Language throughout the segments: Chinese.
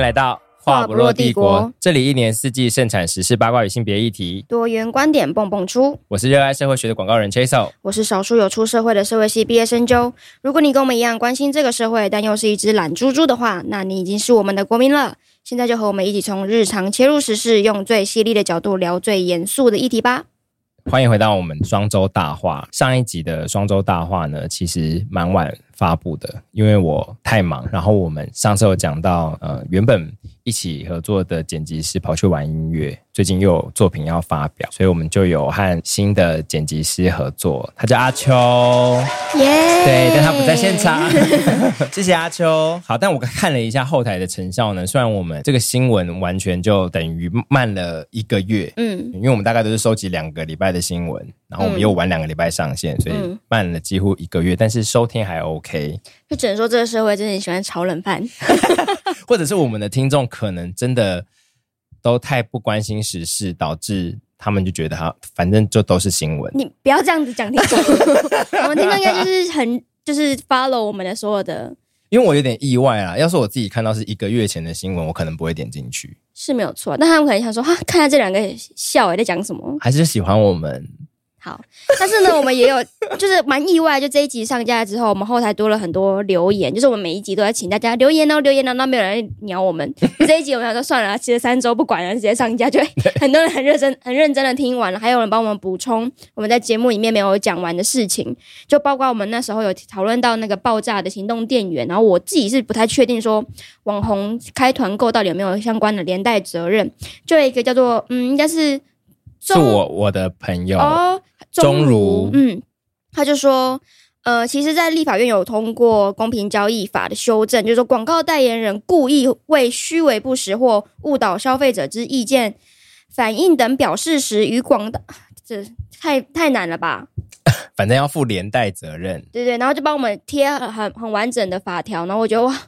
来到话不落帝国，这里一年四季盛产时事八卦与性别议题。多元观点蹦蹦出。我是热爱社会学的广告人 Chaso，我是少数有出社会的社会系毕业生啾。如果你跟我们一样关心这个社会，但又是一只懒猪猪的话，那你已经是我们的国民了。现在就和我们一起从日常切入时事，用最犀利的角度聊最严肃的议题吧。欢迎回到我们双周大话。上一集的双周大话呢，其实蛮晚发布的，因为我太忙。然后我们上次有讲到，呃，原本一起合作的剪辑师跑去玩音乐，最近又有作品要发表，所以我们就有和新的剪辑师合作，他叫阿秋。耶、对，但他不在现场。 谢谢阿秋。好，但我看了一下后台的成效呢，虽然我们这个新闻完全就等于慢了一个月，嗯，因为我们大概都是收集两个礼拜的新闻，然后我们又玩两个礼拜上线，所以慢了几乎一个月，但是收听还 OK，就只能说这个社会真的很喜欢炒冷饭。或者是我们的听众可能真的都太不关心时事，导致他们就觉得哈，反正就都是新闻。你不要这样子讲听众，我们听众应该就是很就是 follow 我们的所有的，因为我有点意外啦，要是我自己看到是一个月前的新闻，我可能不会点进去，是没有错。但他们可能想说，哈，看下这两个笑欸诶在讲什么。还是喜欢我们。好，但是呢，我们也有就是蛮意外，就这一集上架之后，我们后台多了很多留言，就是我们每一集都在请大家留言哦，留言哦，那没有人鸟我们。 就这一集我们想说算了，其实三周不管了，直接上架，就会很多人很认真、很 认真的听完了，还有人帮我们补充我们在节目里面没有讲完的事情，就包括我们那时候有讨论到那个爆炸的行动电源，然后我自己是不太确定说网红开团购到底有没有相关的连带责任，就有一个叫做嗯，应该是是我我的朋友，哦，中中如如，嗯，他就说，呃，其实，在立法院有通过公平交易法的修正，就是说，广告代言人故意为虚伪不实或误导消费者之意见、反应等表示时，与广大这太太难了吧？反正要负连带责任。对对，然后就帮我们贴很很完整的法条，然后我觉得哇，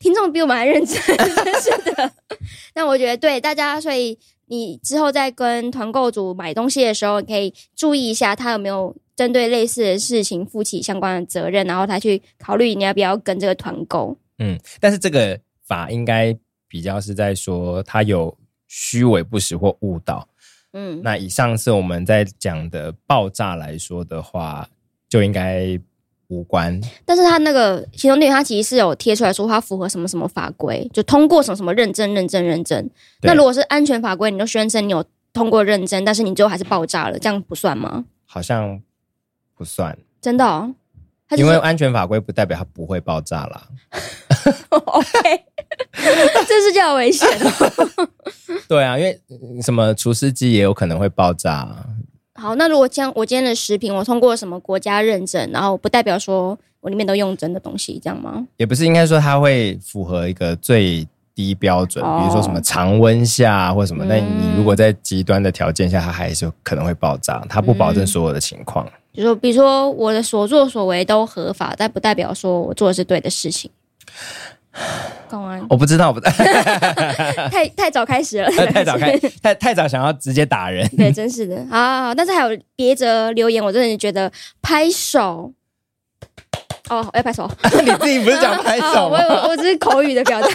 听众比我们还认真， 真是的。那我觉得对大家，所以你之后在跟团购组买东西的时候，你可以注意一下他有没有针对类似的事情负起相关的责任，然后他去考虑你要不要跟这个团购。嗯，但是这个法应该比较是在说他有虚伪不实或误导。嗯，那以上次我们在讲的爆炸来说的话，就应该无关。但是他那个行动电源，他其实是有贴出来说他符合什么什么法规，就通过什么什么认证、认证、认证。对那如果是安全法规，你就宣称你有通过认证，但是你最后还是爆炸了，这样不算吗？好像不算，真的、哦？他就因是为安全法规不代表它不会爆炸啦。 OK，这是叫危险哦。对啊，因为嗯什么除湿机也有可能会爆炸啊。好，那如果将我今天的食品，我通过什么国家认证，然后不代表说我里面都用真的东西，这样吗？也不是应该说它会符合一个最低标准，哦比如说什么常温下啊或什么。嗯但你如果在极端的条件下，它还是可能会爆炸，它不保证所有的情况。就说比如说我的所作所为都合法，但不代表说我做的是对的事情。公 安我不知道，不太太早开始了，呃太早 开，太太早想要直接打人。 对，真是的。好好好，但是还有别则留言，我真的觉得拍手。哦，要拍手，你自己不是讲拍哦手我吗？我我只是口语的表达。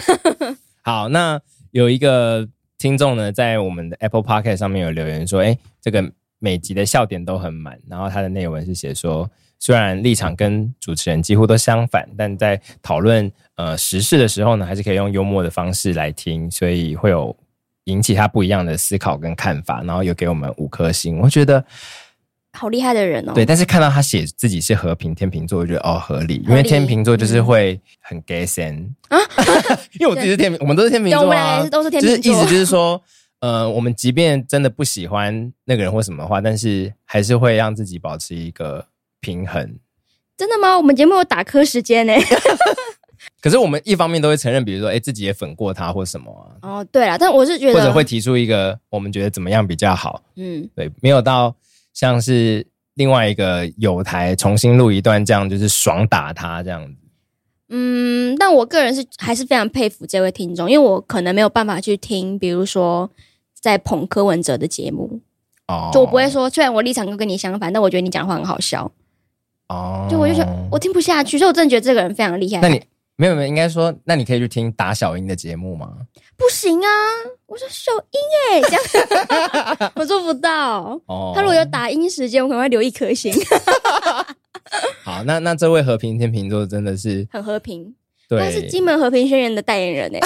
好，那有一个听众呢，在我们的 Apple Podcast 上面有留言说，哎、这个每集的笑点都很满，然后他的内文是写说，虽然立场跟主持人几乎都相反，但在讨论呃时事的时候呢，还是可以用幽默的方式来听，所以会有引起他不一样的思考跟看法，然后有给我们五颗星，我觉得好厉害的人哦。对，但是看到他写自己是和平天秤座，我觉得哦合理，因为合理天秤座就是会很 gay 神啊， 因为我自己是天秤，我们都是天秤对，我座们俩啊也是，都是天就是秤意座思。就是说，呃，我们即便真的不喜欢那个人或什么的话，但是还是会让自己保持一个平衡。真的吗？我们节目有打磕时 间呢、可是我们一方面都会承认，比如说，哎、自己也粉过他或什么啊，哦，对了，但我是觉或得，者会提出一个我们觉得怎么样比较好，嗯，对，没有到像是另外一个有台重新录一段这样，就是爽打他这样子。嗯，但我个人是还是非常佩服这位听众，因为我可能没有办法去听，比如说在捧柯文哲的节目，哦，就我不会说，虽然我立场跟跟你相反，但我觉得你讲话很好笑，哦，就我就觉得我听不下去，所以我真的觉得这个人非常厉害。嗯那你没有没有，应该说，那你可以去听打小英的节目吗？不行啊！我说手音哎、这样 我做不到。哦，他如果有打音时间，我可能会留一颗星，好，那那这位和平天秤座真的是很和平。对，他是金门和平宣言的代 言人哎、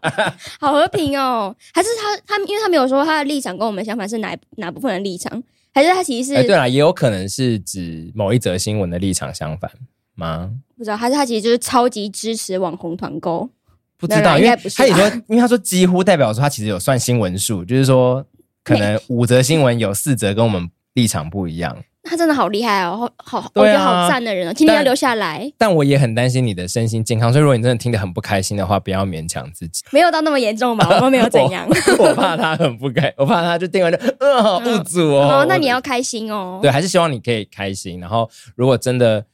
好和平哦！还是他他，因为他没有说他的立场跟我们相反，是哪哪部分的立场？还是他其实哎，是对啦，也有可能是指某一则新闻的立场相反吗？不知道，还是他其实就是超级支持网红团购？不知道，当然因应为该不是他也吧说，因为他说几乎代表说他其实有算新闻数，就是说可能五则新闻有四则跟我们立场不一样。他真的好厉害哦，好好，我对啊觉得好赞的人哦，今天要但留下来，但我也很担心你的身心健康，所以如果你真的听得很不开心的话，不要勉强自己。没有到那么严重吧？我们没有怎样。 我怕他很不开，我怕他就听完就呃好嗯不足哦哦，。那你要开心哦。对，还啊是希望你可以开心。然后，如果真的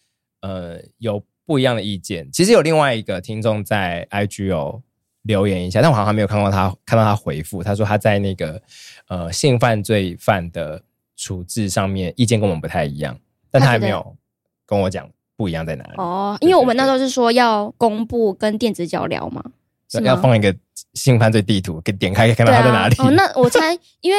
呃有不一样的意见，其实有另外一个听众在 IG 有留言一下，但我好像还没有看到他看到他回复。他说他在那个呃性犯罪犯的处置上面意见跟我们不太一样，但他他还觉得没有跟我讲不一样在哪里。哦，因为我们那时候是说要公布跟电子脚疗嘛，是对吗要放一个性犯罪地图，给点开可以看到对他啊，在哪里。哦，那我猜，因为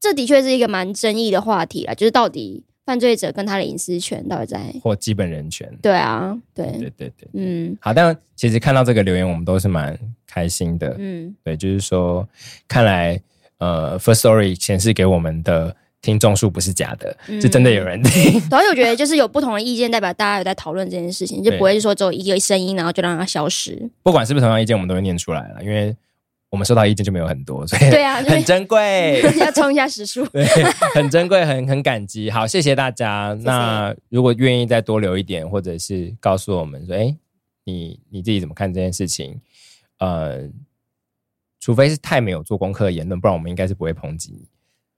这的确是一个蛮争议的话题啦，就是到底犯罪者跟他的隐私权到底在？或基本人权。对啊，对，对对对。嗯好，但其实看到这个留言，我们都是蛮开心的。嗯，对，就是说，看来呃，First Story 显示给我们的听众数不是假的，嗯是真的有人听。 然后我觉得就是有不同的意见，代表大家有在讨论这件事情，就对不会说只有一个声音，然后就让它消 失。不管是不是同样意见，我们都会念出来了，因为我们收到意见就没有很多，所以对啊，就很是 珍贵。要冲一下时数。对，很珍贵，很很感激。好，谢谢大家。谢那如果愿意再多留一点，或者是告诉我们说，哎，你你自己怎么看这件事情？呃，除非是太没有做功课的言论，不然我们应该是不会抨击你。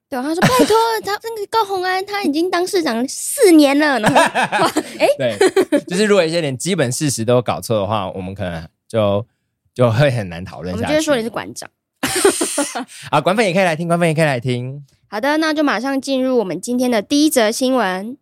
对啊，他说拜托，他那个高红安他已经当市长四年了，然后 哇，哎，对，就是如果一些连基本事实都搞错的话，我们可能就就会很难讨论我下们去。就会说你是馆长。啊，管粉也可以来听，管粉也可以来听。好的，那就马上进入我们今天的第一则新闻。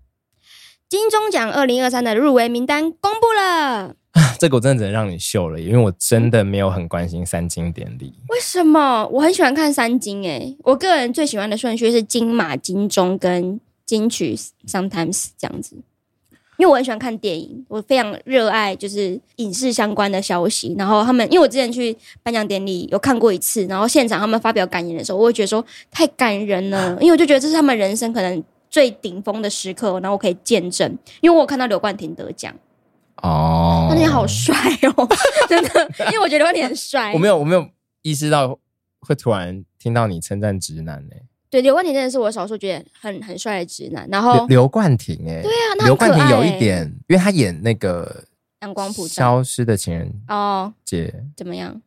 金钟奖二零二三的入围名单公布了，这个我真的只能让你秀了，因为我真的没有很关心三金典礼。为什么？我很喜欢看三金诶、欸我个人最喜欢的顺序是金马、金钟跟金曲，sometimes 这样子。因为我很喜欢看电影，我非常热爱就是影视相关的消息。然后他们，因为我之前去颁奖典礼有看过一次，然后现场他们发表感言的时候，我会觉得说太感人了，因为我就觉得这是他们人生可能最顶峰的时刻，然后我可以见证。因为我有看到刘冠廷得奖，哦他那天好帅哦， 真的，因为我觉得刘冠廷很帅我。没有，我没有意识到会突然听到你称赞直男欸呢、对，刘冠廷真的是我少数觉得很很帅的直男。然刘后刘冠廷哎、哦对啊，他刘很可冠爱、廷有一点，因为他演那个阳光普照消失的情人哦，节怎么样？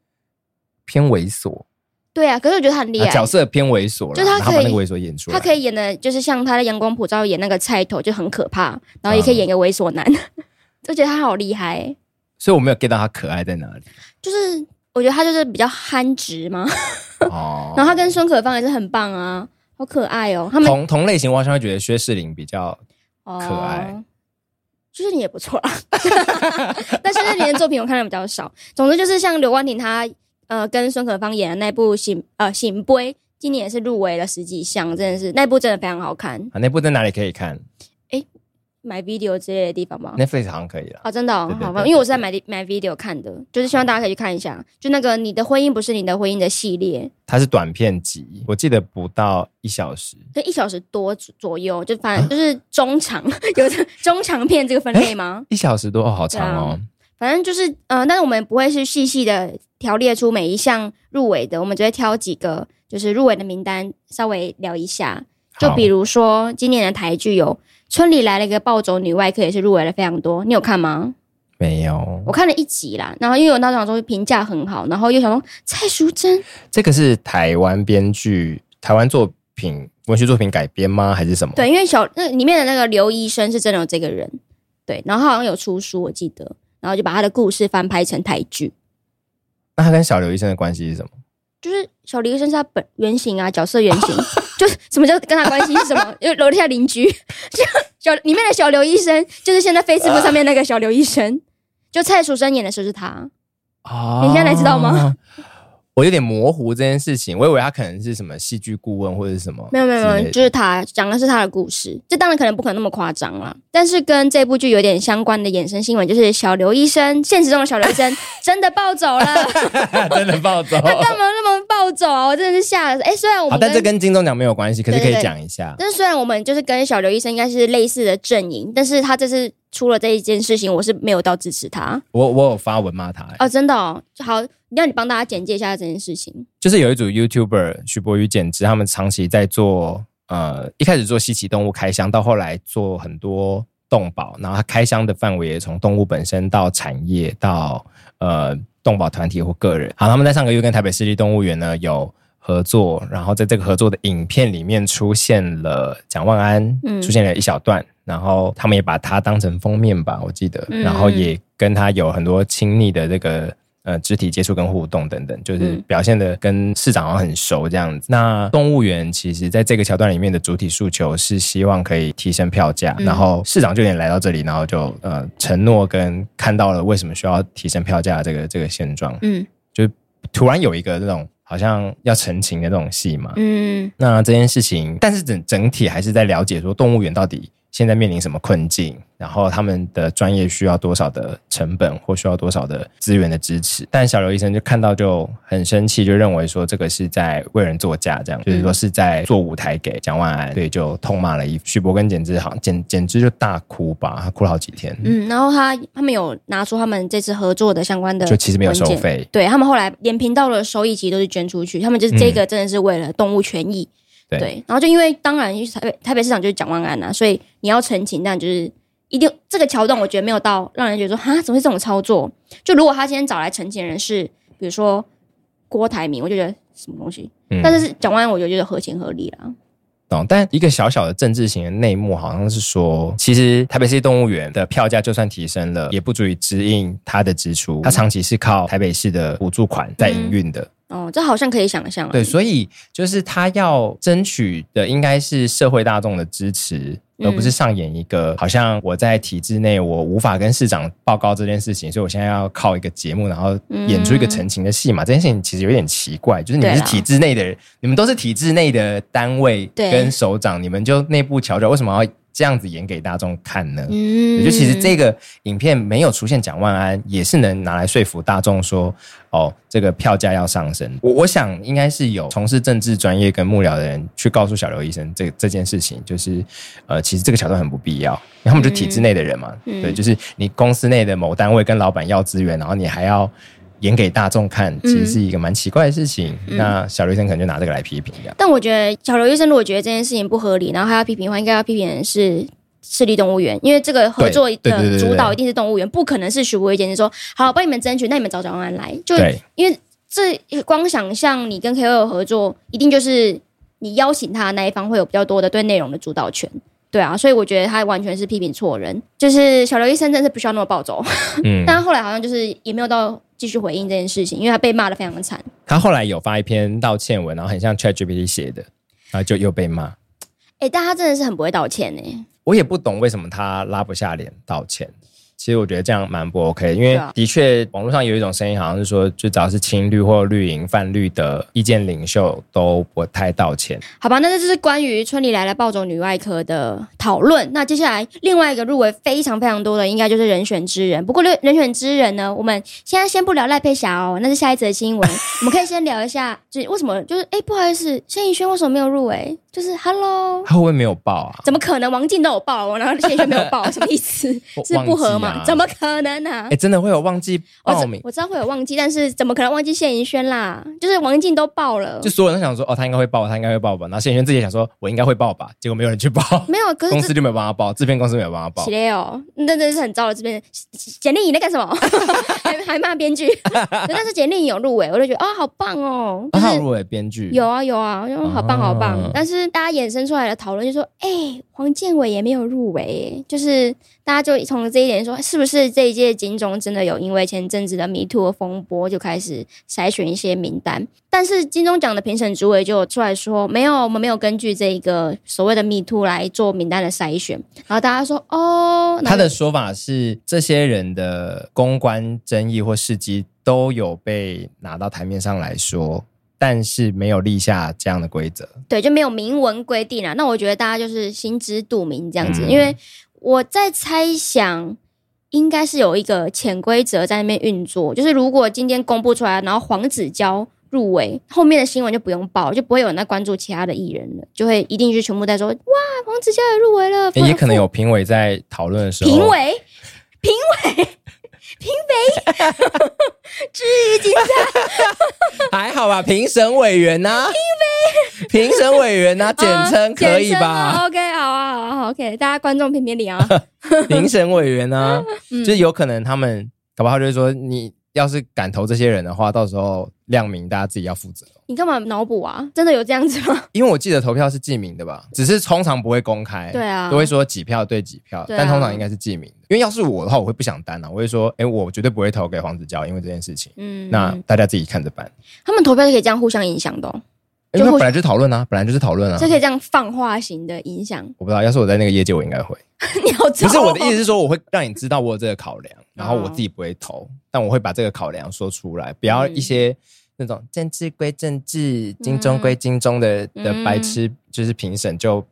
偏猥琐，对啊，可是我觉得他很厉啊害，角色偏猥琐啦，就他然后可把以那个猥琐演出来，他可以演的，就是像他的《阳光普照》演那个菜头就很可怕，然后也可嗯以演一个猥琐男， 就觉得他好厉害、欸。所以我没有 get 到他可爱在哪里。就是我觉得他就是比较憨直嘛，哦，然后他跟孙可芳也是很棒啊，好可爱哦、他们同同类型，我好像会觉得薛仕凌比较可爱哦就是你也不错啦，啊 但是那年的作品我看的比较少。总之就是像刘冠廷他呃跟孙可芳演的那部《醒呃醒杯》，今年也是入围了十几项，真的是那部真的非常好看，啊，那部在哪里可以看买 video 之类的地方吧。 ？Netflix 好像可以了。哦，真的、哦对对，对好对吧，对因为我是在买买 video 看的，就是希望大家可以去看一下，就那个《你的婚姻不是你的婚姻》的系列，它是短片集，我记得不到一小时。跟一小时多左右，就反正就是中长， 有的中长片这个分类吗？一小时多哦，好长哦！反正就是，嗯、呃，但是我们不会是细细的条列出每一项入围的，我们只会挑几个就是入围的名单稍微聊一下。啊就好比如说今年的台剧有《村里来了一个暴走女外科》，也是入围了非常多。你有看吗？没有我看了一集啦，然后因为我那时候想说评价很好，然后又想说蔡淑珍这个是台湾编剧、台湾作品文学作品改编吗？还是什么？对，因为小那里面的那个刘医生是真的有这个人，对，然后他好像有出书，我记得，然后就把他的故事翻拍成台剧。那他跟小刘医生的关系是什么？就是小刘医生是他本原型啊，角色原型， 就是什么叫跟他关系是什 么？因为楼下邻居，就小里面的小刘医生，就是现在 Facebook 上面那个小刘医生，就蔡楚生演的时候是他，哦你现在才知道吗？我有点模糊这件事情，我以为他可能是什么戏剧顾问或者是什么之类没有的，没有没有，就是他讲的是他的故事。这当然可能不可能那么夸张啦，但是跟这部剧有点相关的衍生新闻，就是小刘医生，现实中的小刘医生 真的暴走 了。 真的暴走。他干嘛那么暴走啊？我真的是吓了。哎、虽然好，我们但跟这跟金钟奖没有关系，可是可对以对讲一下。但是虽然我们就是跟小刘医生应该是类似的阵营，但是他这次出了这一件事情，我是没有到支持他我我有发文骂他、欸哦，真的哦。好，让你帮大家简介一下这件事情。就是有一组 YouTuber 徐博宇、简直他们长期在做呃，一开始做稀奇动物开箱，到后来做很多动保，然后他开箱的范围也从动物本身到产业到呃动保团体或个人。好，他们在上个月跟台北市立动物园呢有。合作，然后在这个合作的影片里面出现了蒋万安，嗯出现了一小段，然后他们也把它当成封面吧，我记得，嗯然后也跟他有很多亲密的这个呃肢体接触跟互动等等，就是嗯表现的跟市长好像很熟这样子。那动物园其实在这个桥段里面的主体诉求是希望可以提升票价，嗯然后市长就有点来到这里，然后就呃承诺跟看到了为什么需要提升票价的这个这个现状，嗯就突然有一个这种好像要澄清的这种戏嘛，嗯那这件事情，但是整整体还是在了解说动物园到底现在面临什么困境，然后他们的专业需要多少的成本或需要多少的资源的支持。但小刘医生就看到就很生气，就认为说这个是在为人作嫁，这样就是说是在做舞台给蒋万安，对，就痛骂了一许博根，简直好简简直就大哭吧，他哭了好几天，嗯。然后他他们有拿出他们这次合作的相关的就其实没有收文件费，对他们后来连频道的收益其实都是捐出去，他们就是这个真的是为了动物权益。嗯对然后就因为当然台北台北市长就是蒋万安呐、所以你要澄清，但就是一定这个桥段，我觉得没有到让人觉得说哈，怎么会这种操作？就如果他今天找来澄清的人是比如说郭台铭，我就觉得什么东西，嗯但是蒋万安我觉得就是合情合理啦。懂，但一个小小的政治型的内幕，好像是说，其实台北市动物园的票价就算提升了，也不足以支应它的支出。它长期是靠台北市的补助款在营运的，哦，这好像可以想象啊。对，所以就是它要争取的应该是社会大众的支持。而嗯不是上演一个好像我在体制内我无法跟市长报告这件事情，所以我现在要靠一个节目，然后演出一个澄清的戏嘛。这件事情其实有点奇怪，就是你们嗯对是啊体制内的人，你们都是体制内的单位对跟首长，你们就内部调整，为什么要这样子演给大众看呢？嗯也就其实这个影片没有出现蒋万安，也是能拿来说服大众说，哦，这个票价要上升。我我想应该是有从事政治专业跟幕僚的人去告诉小刘医生这这件事情，就是呃，其实这个桥段很不必要。然后我们就体制内的人嘛，嗯对，就是你公司内的某单位跟老板要资源，然后你还要。演给大众看，其嗯实是一个蛮奇怪的事情。那小刘医生可能就拿这个来批评，这样但我觉得小刘医生如果觉得这件事情不合理，然后他要批评的话，应该要批评的是市立动物园，因为这个合作对对对对的对主导一定是动物园，不可能是徐博义坚持说好帮你们争取，那你们找蒋万安来，就对因为这光想象你跟 KOL 合作，一定就是你邀请他的那一方会有比较多的对内容的主导权。对啊，所以我觉得他完全是批评错人，就是小刘医生真的是不需要那么暴走，嗯。 但他后来好像就是也没有到继续回应这件事情，因为他被骂的非常的惨。他后来有发一篇道歉文，然后很像 ChatGPT 写的，然后就又被骂。哎、但他真的是很不会道歉呢、我也不懂为什么他拉不下脸道歉。其实我觉得这样蛮不 OK，因为对啊的确网络上有一种声音，好像是说，就只要是青绿或绿营泛绿的意见领袖都不太道歉。好吧，那这就是关于村里来了暴走女外科的讨论。那接下来另外一个入围非常非常多的，应该就是人选之人。不过人人选之人呢，我们现在先不聊赖佩霞哦，那是下一则新闻。我们可以先聊一下，就是为什么就是哎、不好意思，谢颖轩为什么没有入围？就是 Hello，他会不会没有报啊？怎么可能？王静都有报，然后谢颖轩没有报，什么意思？我是不 合忘嘛？记啊怎么可能呢、啊哎、？真的会有忘记我报知名？我知道会有忘记，但是怎么可能忘记谢盈轩啦？就是王静都报了就，所有人都想说，哦，他应该会报，他应该会报吧。然后谢轩自己也想说，我应该会报吧，结果没有人去报，没有，可是公这司就没有帮他报，制片公司没有帮他报起。来哦，那真是很糟了。这边简历你在干什么？ 还还骂编剧？ 但是简历有入围，我就觉得啊、好棒哦，就啊他有是入围编剧，有啊有啊，我就好棒好棒。哦但是就是大家衍生出来的讨论，就说，哎、黄建伟也没有入围耶，就是大家就从这一点说，是不是这一届金钟真的有因为前阵子的 Me Too 的风波就开始筛选一些名单？但是金钟奖的评审主委就出来说，没有，我们没有根据这一个所谓的 Me Too 来做名单的筛选。然后大家说，哦，他的说法是，这些人的公关争议或事迹都有被拿到台面上来说，但是没有立下这样的规则。对，就没有明文规定啊。那我觉得大家就是心知肚明这样子，嗯因为我在猜想，应该是有一个潜规则在那边运作，就是如果今天公布出来，然后黄子佼入围，后面的新闻就不用报，就不会有人在关注其他的艺人了，就会一定是全部在说哇，黄子佼也入围了，也可能有评委在讨论的时候，评委。评委，还好吧？评审委员呐、评审委员呐、简称可以吧？ o k 好啊啊，好啊，好，OK，大家观众评 评理啊。评审委员呐、嗯就是有可能他们搞不好就是说，你要是敢投这些人的话，到时候亮明大家自己要负责。你干嘛脑补啊？真的有这样子吗？因为我记得投票是记名的吧，只是通常不会公开，对啊都会说几票对几票，对啊但通常应该是记名的。因为要是我的话，我会不想担啊，我会说，哎、我绝对不会投给黄子佼，因为这件事情。嗯，那大家自己看着办，他们投票是可以这样互相影响的、哦，就因为互本来就是讨论啊，本来就是讨论啊就。可以这样放化型的影响。 我不知道，要是我在那个业界，我应该会。你好糟不哦，是我的意思是说，我会让你知道我有这个考 量，然后我自己不会投，但我会把这个考量说出来，不嗯要一些那种政治归政治、金钟归金钟的嗯的白痴，就是评审就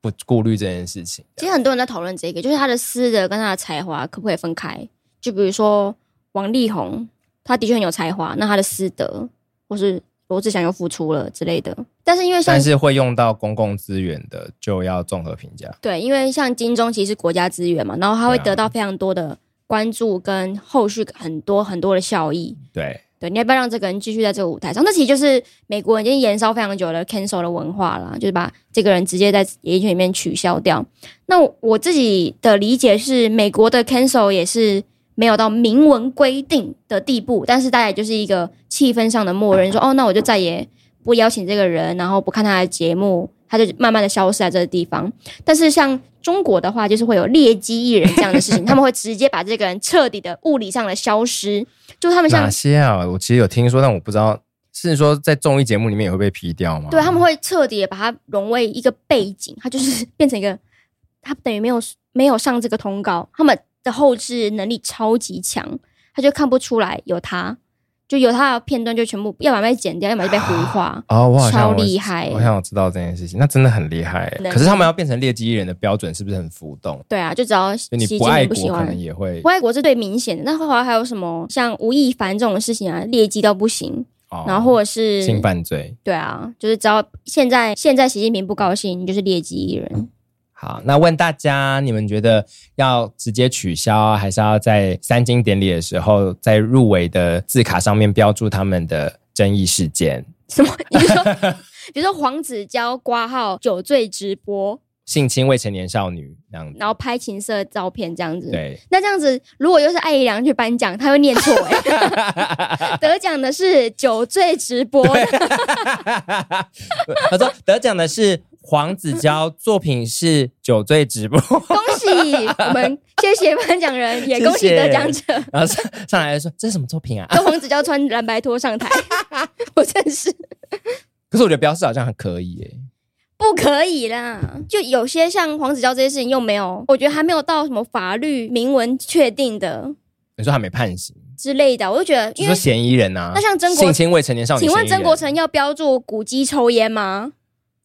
不顾虑这件事情。其实很多人在讨论这个，就是他的私德跟他的才华可不可以分开？就比如说王力宏，他的确很有才华，那他的私德或是罗志祥又付出了之类的。但是因为像但是会用到公共资源的，就要综合评价。对，因为像金钟其实是国家资源嘛，然后他会对啊得到非常多的关注跟后续很多很多的效益。对，对，你要不要让这个人继续在这个舞台上？那其实就是美国人已经延烧非常久的 cancel 的文化啦，就是把这个人直接在演艺圈里面取消掉。那我我自己的理解是，美国的 cancel 也是没有到明文规定的地步，但是大家也就是一个气氛上的默认，说哦，那我就再也不邀请这个人，然后不看他的节目，他就慢慢的消失在这个地方。但是像中国的话，就是会有劣迹艺人这样的事情，他们会直接把这个人彻底的物理上的消失，就他们像哪些啊？我其实有听说，但我不知道是说在综艺节目里面也会被批掉吗？，对，他们会彻底地把它融为一个背景，它就是 变成一个，它等于没有没有上这个通告，他们的后置能力超级强，他就看不出来有他，就有他的片段就全部，要么被剪掉，要么就被糊化哦，我好像超我厉害我。想我知道这件事情，那真的很厉害欸。能可是他们要变成劣迹艺人的标准是不是很浮动？对啊，就只要习就你近不爱平不喜国，可欢能。也会不爱国是最明显的，那后来还有什么像吴亦凡这种事情啊，劣迹到不行，哦然后或者是性犯罪。对啊，就是只要现在现在习近平不高兴，你就是劣迹艺嗯人。好，那问大家，你们觉得要直接取消啊，还是要在三金典礼的时候，在入围的字卡上面标注他们的争议事件？什么？ 你说，比如说黄子佼挂号酒醉直播，性侵未成年少女那样子。然后拍情色照片这样子。对，那这样子，如果又是艾怡良去颁奖，他会念错哎、 得奖的是酒醉直播，他说得奖的是黄子佼，作品是酒醉直播，恭喜我们，谢谢颁奖人，也谢谢恭喜得奖者。然后上上来说这是什么作品啊？ 跟黄子佼穿蓝白拖上台， 我真是可是我觉得标示好像还可以耶， 不可以啦！就有些像黄子佼这些事情，又没有，我觉得还没有到什么法律明文确定的你说还没判刑，之类的，我就觉得，就因说为嫌疑人啊，那像曾国性侵未成年少女，请问曾国成嫌疑人要标注古迹抽 烟吗？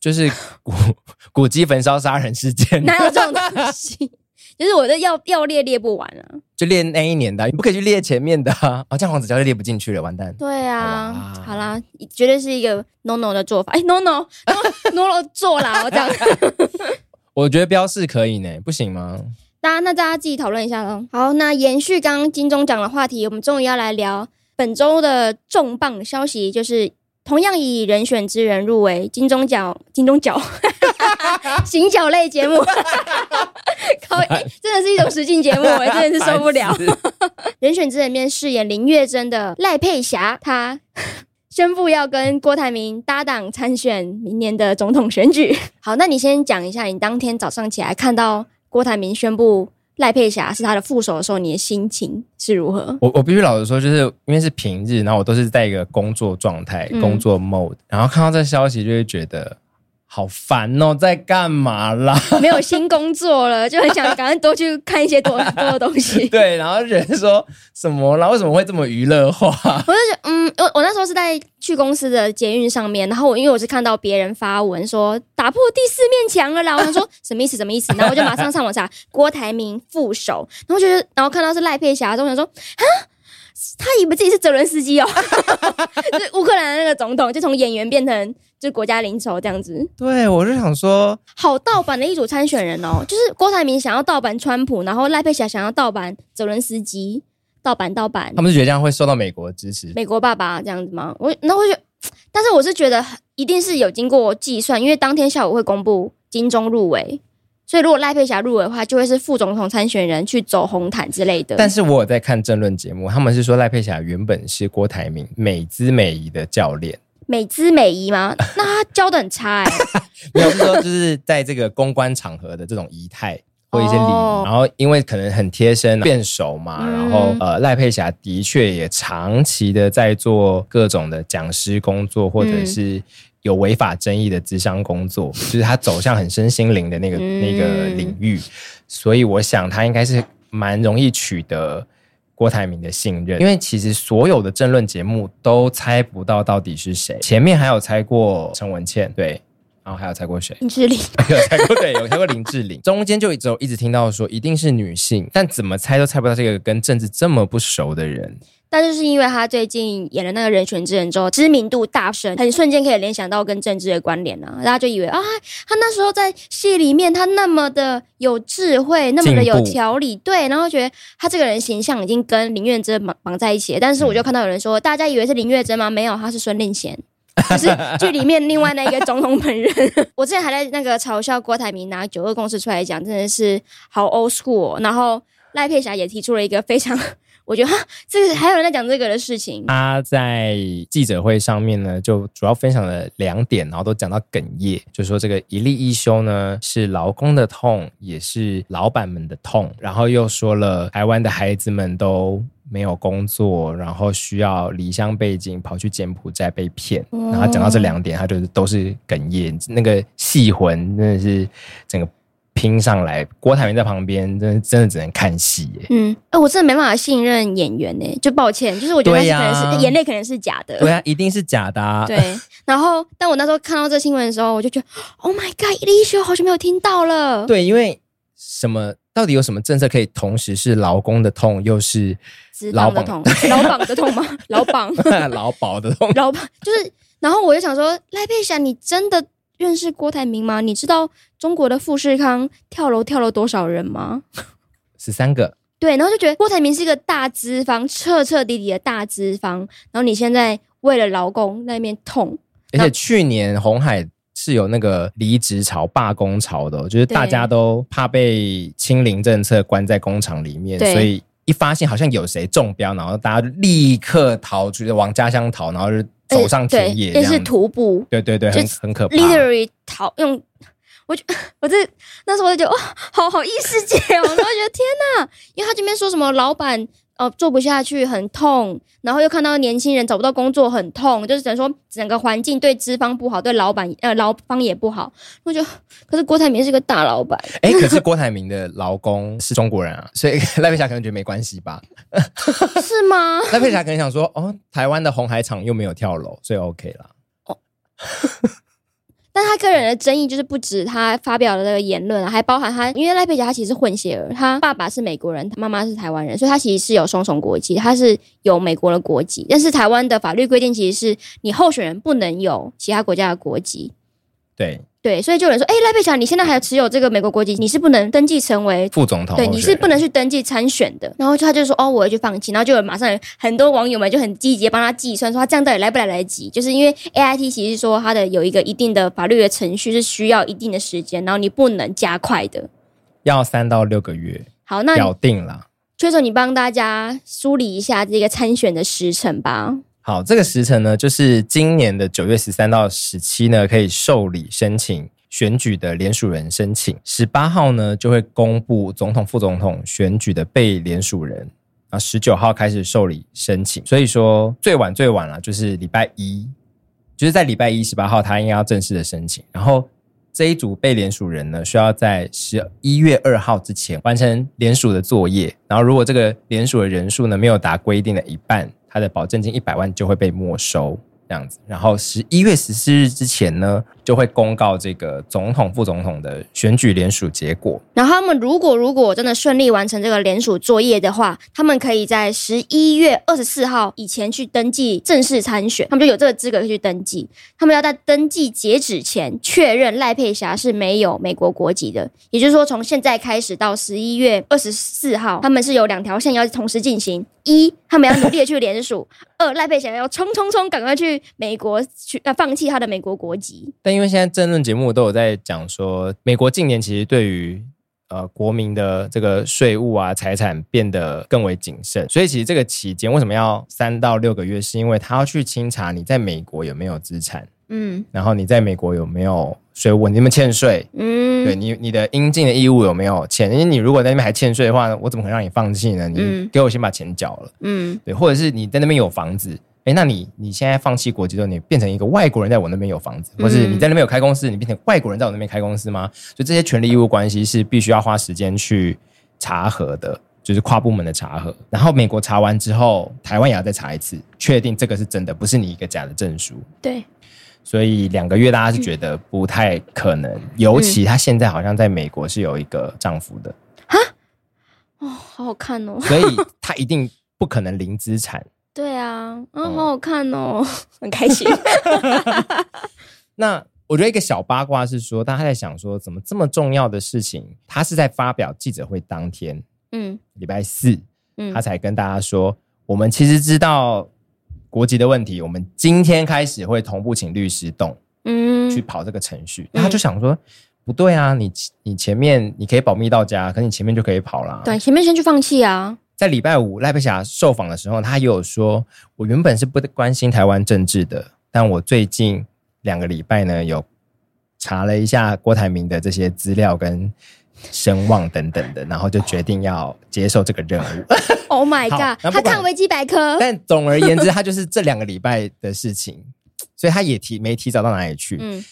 就是古古迹焚烧杀人事件，哪有这种东西？ 就是我的要要列列不完啊。就列那一年的啊，你不可以去列前面的啊，哦，这样黄子佼就列不进去了，完蛋。对啊好，吧好啦，绝对是一个 no no 的做法。哎，no no no no 做啦，我 这样。我觉得标示可以呢，不行吗？大家那大家自己讨论一下喽。好，那延续刚刚金钟奖的话题，我们终于要来聊本周的重磅消息，就是同样以人选之人入围金钟奖金钟奖 行脚类节目。 靠，哎真的是一种实境节目，哎我真的是受不了。烦死《人选之人》里面饰演林月珍的赖佩霞，她 宣布要跟郭台铭搭档参选明年的总统选举。 好，那你先讲一下，你当天早上起来看到郭台铭宣布赖佩霞是他的副手的时候，你的心情是如何？ 我我必须老实说，就是因为是平日，然后我都是在一个工作状态、嗯工作 mode，然后看到这消息就会觉得好烦哦，在干嘛啦？ 没有新工作了，就很想赶快多去看一些多多的东西。对，然后就觉得说什么啦？为什么会这么娱乐化？ 我就觉得，嗯，我我那时候是在去公司的捷运上面，然后我因为我是看到别人发文说打破第四面墙了啦，我想说什么意思什么意思，然后我就马上上网查郭台铭副手，然后就是然后看到是赖佩霞，之后我想说啊。他以为自己是泽伦斯基哦， 就是乌克兰的那个总统，就从演员变成就是国家领袖这样子，对我就想说，好盗版的一组参选人哦，就是郭台铭想要盗版川普，然后赖佩霞想要盗版泽伦斯基，盗版盗版他。们是觉得这样会受到美国的支持，美国爸爸这样子吗？我那我就，但是我是觉得一定是有经过计算，因为当天下午会公布金钟入围，所以如果赖佩霞入围的话，就会是副总统参选人去走红毯之类的。但是我有在看政论节目，他们是说赖佩霞原本是郭台铭美姿美仪的教练，美姿美仪吗？那他教的很差哎、没有是说就是在这个公关场合的这种仪态。或一些礼仪，哦然后因为可能很贴身、变熟嘛，嗯然后呃，赖佩霞的确也长期的在做各种的讲师工作，或者嗯是有违法争议的职商工作，就是她走向很身心灵的那个、嗯那个领域，所以我想她应该是蛮容易取得郭台铭的信任，因为其实所有的政论节目都猜不到到底是谁，前面还有猜过陈文茜，对，然后还有猜过谁？ 林志玲有猜过对，有猜过林志玲，中间就一直有一直听到说一定是女性，但怎么猜都猜不到这个跟政治这么不熟的人。但就是因为他最近演了那个《人选之人》之后，知名度大升，很瞬间可以联想到跟政治的关联啊，大家就以为啊，他那时候在戏里面他那么的有智慧，那么的有条理，对，然后觉得他这个人形象已经跟林月珍绑绑在一起了。但是我就看到有人说，大家以为是林月珍吗？没有，他是孙令贤。就是剧里面另外那一个总统本人， 我之前还在那个嘲笑郭台铭拿九二共识出来讲，真的是好 old school、哦。然后赖佩霞也提出了一个非常， 我觉得哈，这个还有人在讲这个的事情，他在记者会上面呢，就主要分享了两点，然后都讲到哽咽，就说这个一例一休呢是劳工的痛，也是老板们的痛，然后又说了台湾的孩子们都。没有工作，然后需要离乡背景跑去柬埔寨被骗，哦然后讲到这两点，他就是都是哽咽，那个戏魂真的是整个拼上来。郭台铭在旁边，真的真的只能看戏耶。嗯，哎、我真的没办法信任演员呢、就抱歉，就是我觉得他对是呀可能是、眼泪可能是假的，对啊，一定是假的、啊。对，然后，但我那时候看到这新闻的时候，我就觉得，Oh my God，李一修好久没有听到了。对，因为什么？到底有什么政策可以同时是劳工的痛，又是脂肪的痛，老绑的痛吗？老绑，劳保的痛？老绑就是。然后我就想说，赖佩霞，你真的认识郭台铭吗？你知道中国的富士康跳楼跳了多少人吗？十三个，对，然后就觉得郭台铭是一个大资方，彻彻底底的大资方。然后你现在为了劳工那边痛，而且去年红海是有那个离职潮、罢工潮的哦、就是大对家都怕被清零政策关在工厂里面，对所以一发现好像有谁中标，然后大家就立刻逃出，就往家乡逃，然后就走上哎对，田野这也样子是徒步，对对对，就很很可怕。 literally 逃用，我就我这那时候我就觉得哇，好好异世界哦，然后我觉得天哪，因为他这边说什么老板哦做不下去很痛，然后又看到年轻人找不到工作很痛，就是等于说整个环境对资方不好，对老板呃劳方也不好，我就可是郭台铭是个大老板，哎、可是郭台铭的劳工是中国人啊，所以赖佩霞可能觉得没关系吧。是吗？赖佩霞可能想说，哦，台湾的红海厂又没有跳楼，所以 OK 啦。但他个人的争议就是不止他发表的这个言论啊，还包含他，因为赖佩霞她其实是混血儿，她爸爸是美国人，她妈妈是台湾人，所以她其实是有双重国籍，她是有美国的国籍，但是台湾的法律规定其实是你候选人不能有其他国家的国籍。对，对，所以就有人说，哎、赖佩霞，你现在还持有这个美国国籍，你是不能登记成为副总统对，候你选是人不能去登记参选的。然后就他就说，哦，我会去放弃。然后就有马上有很多网友们就很积极地帮他计算，说他这样到底来不来得及？就是因为 AIT 其实说它的有一个一定的法律的程序是需要一定的时间，然后你不能加快的。要三到六个月，好，那咬定啦。崔总，你帮大家梳理一下这个参选的时程吧。好，这个时辰呢，就是今年的九月十三到十七呢，可以受理申请选举的联署人申请。十八号呢，就会公布总统、副总统选举的被联署人。然后啊十九号开始受理申请，所以说最晚最晚了、啊就是礼拜一，就是在礼拜一十八号，他应该要正式的申请。然后这一组被联署人呢，需要在十一月二号之前完成联署的作业。然后如果这个联署的人数呢没有达规定的一半，他的保证金一百万就会被没收。这样子，然后十一月十四日之前呢，就会公告这个总统、副总统的选举联署结果。然后他们如果如果真的顺利完成这个联署作业的话，他们可以在十一月二十四号以前去登记正式参选，他们就有这个资格去登记。他们要在登记截止前确认赖佩霞是没有美国国籍的，也就是说从现在开始到十一月二十四号，他们是有两条线要同时进行：一，他们要努力的去联署； 二，赖佩霞要冲冲冲，赶快去美国去呃放弃他的美国国籍。但因为现在政论节目都有在讲说，美国近年其实对于呃国民的这个税务啊财产变得更为谨慎，所以其实这个期间为什么要三到六个月，是因为他要去清查你在美国有没有资产，嗯然后你在美国有没有税务，你有没有欠税，嗯，对你你的应尽的义务有没有欠？因为你如果在那边还欠税的话，我怎么可能让你放弃呢？你嗯给我先把钱缴了。嗯对，或者是你在那边有房子，哎，那你你现在放弃国籍之后，你变成一个外国人在我那边有房子，或是你在那边有开公司，你变成外国人在我那边开公司吗？所以这些权利义务关系是必须要花时间去查核的。就是跨部门的查核，然后美国查完之后，台湾也要再查一次，确定这个是真的，不是你一个假的证书。对，所以两个月大家是觉得不太可能，尤其她现在好像在美国是有一个丈夫的，哦，好好看哦。所以她一定不可能零资产。对啊，啊，嗯好好看 哦，很开心。那我觉得一个小八卦是说，大家在想说，怎么这么重要的事情，他是在发表记者会当天， 嗯礼拜四，嗯他，才跟大家说，我们其实知道国籍的问题，我们今天开始会同步请律师动去嗯，跑这个程序。那他就想说，不对啊，你你前面你可以保密到家，可你前面就可以跑啦。对，前面先去放弃啊。在礼拜五赖佩霞受访的时候，她也有说，我原本是不关心台湾政治的，但我最近两个礼拜呢，有查了一下郭台铭的这些资料跟声望等等的，然后就决定要接受这个任 务。 Oh my 好 god，那不他管看维基百科。但总而言之，她就是这两个礼拜的事情，所以她也提没提早到哪里去。嗯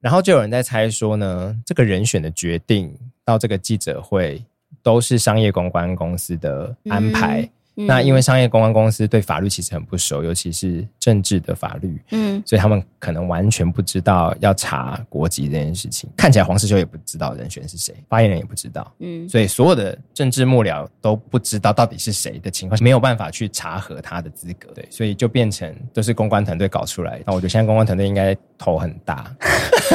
然后就有人在猜说呢，这个人选的决定到这个记者会都是商业公关公司的安排。嗯嗯那因为商业公关公司对法律其实很不熟，尤其是政治的法律，嗯，所以他们可能完全不知道要查国籍这件事情。看起来黄世修也不知道人选是谁，发言人也不知道，嗯 所以所有的政治幕僚都不知道到底是谁的情况下，没有办法去查核他的资格。对，所以就变成都是公关团队搞出来。那我觉得现在公关团队应该头很大，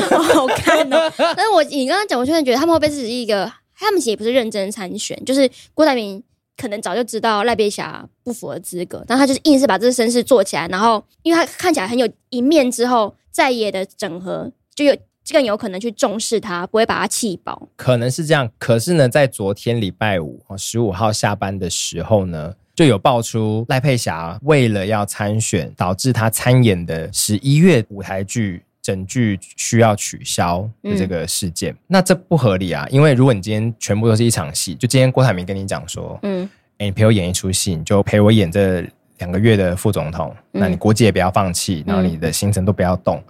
好好看哦。但是我你刚刚讲，我突然觉得他们会不会只是一个，他们其实也不是认真参选，就是郭台铭可能早就知道赖佩霞不符合资格，但他就是硬是把这个身世做起来，然后因为他看起来很有一面之后，在野的整合就有更有可能去重视他，不会把他气饱。可能是这样。可是呢，在昨天礼拜五哦十五号下班的时候呢，就有爆出赖佩霞为了要参选，导致她参演的十一月舞台剧。整剧需要取消嗯的这个事件，那这不合理啊！因为如果你今天全部都是一场戏，就今天郭台铭跟你讲说，嗯哎、你陪我演一出戏，你就陪我演这两个月的副总统，嗯那你国籍也不要放弃，然后嗯你的行程都不要动，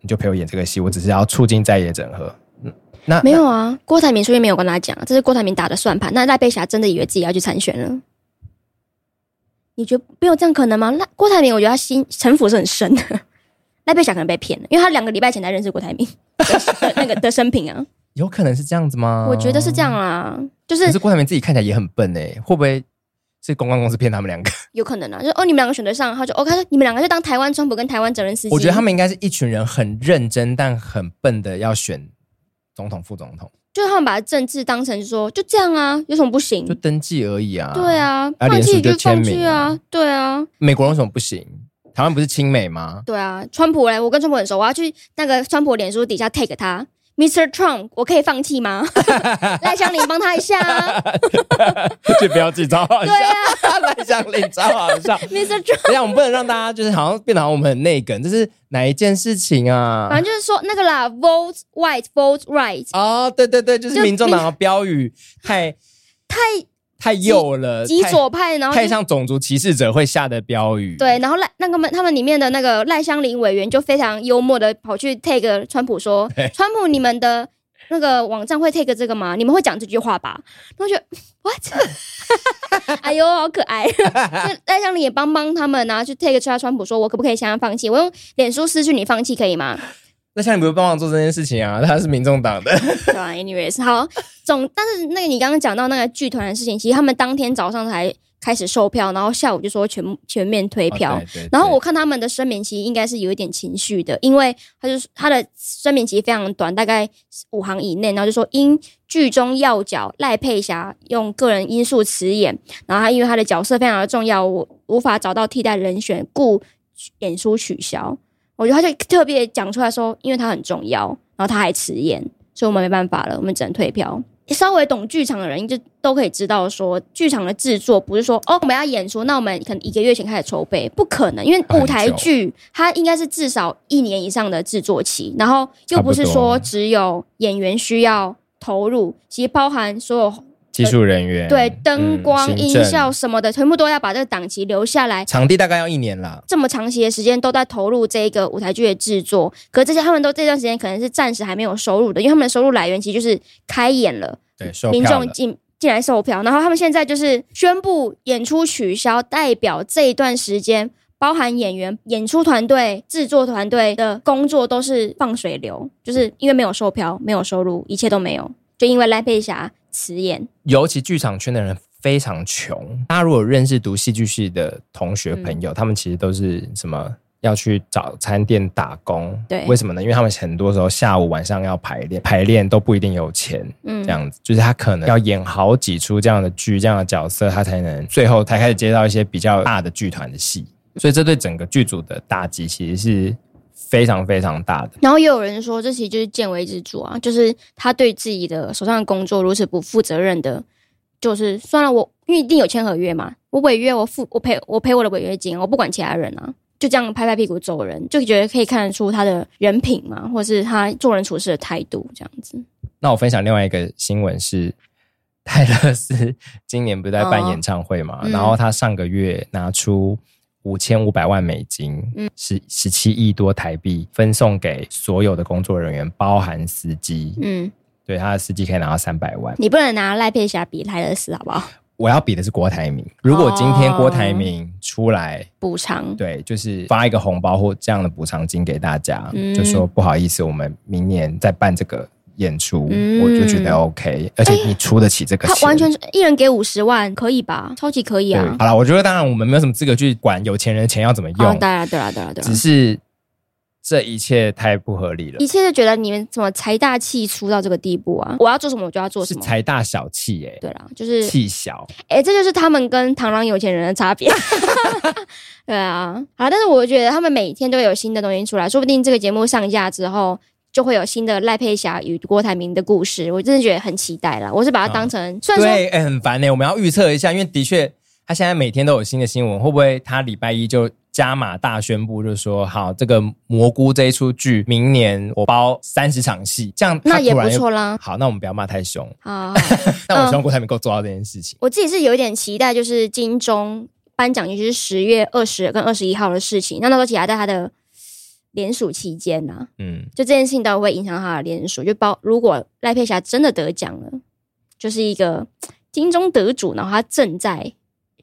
你就陪我演这个戏，我只是要促进在野整合。嗯 那没有啊，郭台铭说也没有跟他讲，这是郭台铭打的算盘。那赖佩霞真的以为自己要去参选了？你觉得没有这样可能吗？赖郭台铭，我觉得他心城府是很深的。 赖佩霞可能被骗了，因为他两个礼拜前才认识郭台铭的 那个的生平啊，有可能是这样子吗？我觉得是这样啦，就哦可是是郭台铭自己看起来也很笨哎、会不会是公关公司骗他们 两个？有可能啊，就是哦，你们两个选择上，他就哦，他说你们两个就当台湾川普跟台湾责任司机。我觉得他们应该是一群人很认真但很笨的要选总统、副总统，就是他们把政治当成说就这样啊，有什么不行就？登记而已啊。对，啊，啊放联署弃就签放名弃啊啊，对啊，美国人为什么不行？台湾不是亲美吗？对啊，川普嘞，我跟川普很熟，我要去那个川普脸书底下 take 他， Mr. Trump，我可以放 弃吗？ 赖香林帮他一下啊， 就不要记超好 对笑，啊赖香林超好笑。 ，Mr. Trump，等一下，我们不能让大家就是好像变得好像我们很内梗，这是哪一件事情啊？反正就是说那个啦，vote white, vote right，哦，对对对，就是就民众党的标语太太太右了，极呃太左派，然后就太像种族歧视者会下的标语。对，然后赖那个们他们里面的那个赖香林委员就非常幽默的跑去 take 川普说对：“ 川普，你们的那个网站会 take 这个吗？你们会讲这句话吧？”然后就 what？哎 呦，好可爱！那赖香林也帮帮他们啊，去 take 下川普说：“我可不可以想想放弃？我用脸书失去你放弃可以吗那像你不是帮忙做这件事情啊？他是民众党的，？”对吧？Anyways，好，总但是那个你刚刚讲到那个剧团的事情，其实他们当天早上才开始售票，然后下午就说全全面推票。哦对对然后对我看他们的声明，其实应该是有一点情绪的，因为他就是他的声明其实非常短，大概五行以内，然后就说因剧中要角赖佩霞用个人因素辞演，然后他因为他的角色非常的重要，我无法找到替代人选，故演出取消。我觉得他就特别讲出来说，因为他很重要，然后他还迟延，所以我们没办法了，我们只能退票。稍微懂剧场的人就都可以知道说剧场的制作不是说哦我们要演出，那我们可能一个月前开始筹备，不可能，因为舞台剧它应该是至少一年以上的制作期，然后又不是差不多说只有演员需要投入，其实包含所有技术人员对灯光、嗯行音政效什么的，全部都要把这个档期留下来，场地大概要一年啦。这么长期的时间都在投入这一个舞台剧的制作，可是这些他们都这段时间可能是暂时还没有收入的，因为他们的收入来源其实就是开演了，对，售民票众了。进进来售票，然后他们现在就是宣布演出取消，代表这一段时间。包含演员、演出团队、制作团队的工作都是放水流，就是因为没有售票、没有收入，一切都没有，就因为赖佩霞辞演，尤其剧场圈的人非常穷。大家如果认识读戏剧系的同学嗯朋友，他们其实都是什么要去早餐店打工？对为什么呢？因为他们很多时候下午晚上要排练，排练都不一定有钱。嗯这，样子，就是他可能要演好几出这样的剧、这样的角色，他才能最后才开始接到一些比较大的剧团的戏，所以这对整个剧组的打击其实是非常非常大的。然后也有人说，这其实就是见微知著啊，就是他对自己的手上的工作如此不负责任的，就是算了我，因为一定有签合约嘛，我违约我付我赔我赔我的违约金，我不管其他人啊，就这样拍拍屁股走人，就觉得可以看得出他的人品嘛，或是他做人处事的态度这样子。那我分享另外一个新闻是，泰勒斯今年不是在办演唱会嘛，哦嗯然后他上个月拿出。五千五百万美金，嗯十十七亿多台币，分送给所有的工作人员，包含司机。嗯，对，他的司机可以拿到三百万。你不能拿赖佩霞比泰勒斯好不 好？我要比的是郭台铭。如果今天郭台铭出来，补偿，对，就是发一个红包或这样的补偿金给大家，嗯就说不好意思，我们明年再办这个演出，嗯哎我就觉得 OK，而且你出得起这个他钱。完全是一人给五十万，可以吧？超级可以对啊！好了，我觉得当然我们没有什么资格去管有钱人的钱要怎么哦，用，对啊，对啊，对啊，对啊只。是这一切太不合理了一，切就觉得你们怎么财大气粗到这个地步啊！我要做什么我就要做是什么。财大小气耶、对啦，就是气小。哎、这就是他们跟螳螂有钱人的差别。 对啊，好，但是我觉得他们每天都有新的东西出来，说不定这个节目上架之后。就会有新的赖佩霞与郭台铭的故事，我真的觉得很期待啦。我是把它当成，虽然说啊对，哎、很烦呢、我们要预测一下，因为的确，他现在每天都有新的新闻，会不会他礼拜一就加码大宣布，就是说，好，这个蘑菇这一出剧，明年我包三十场戏，这样他那也突然不又错啦。好，那我们不要骂太凶，啊，但我希望郭台铭够做到这件事情。我自己是有一点期待，就是金钟颁奖，尤其是十月二十跟二十一号的事情。那那时候其实还在他的联署期间啊呐、嗯，就这件事情到底会影响他的联署，就包如果赖佩霞真的得奖了，就是一个嘖金钟得主，然后他正在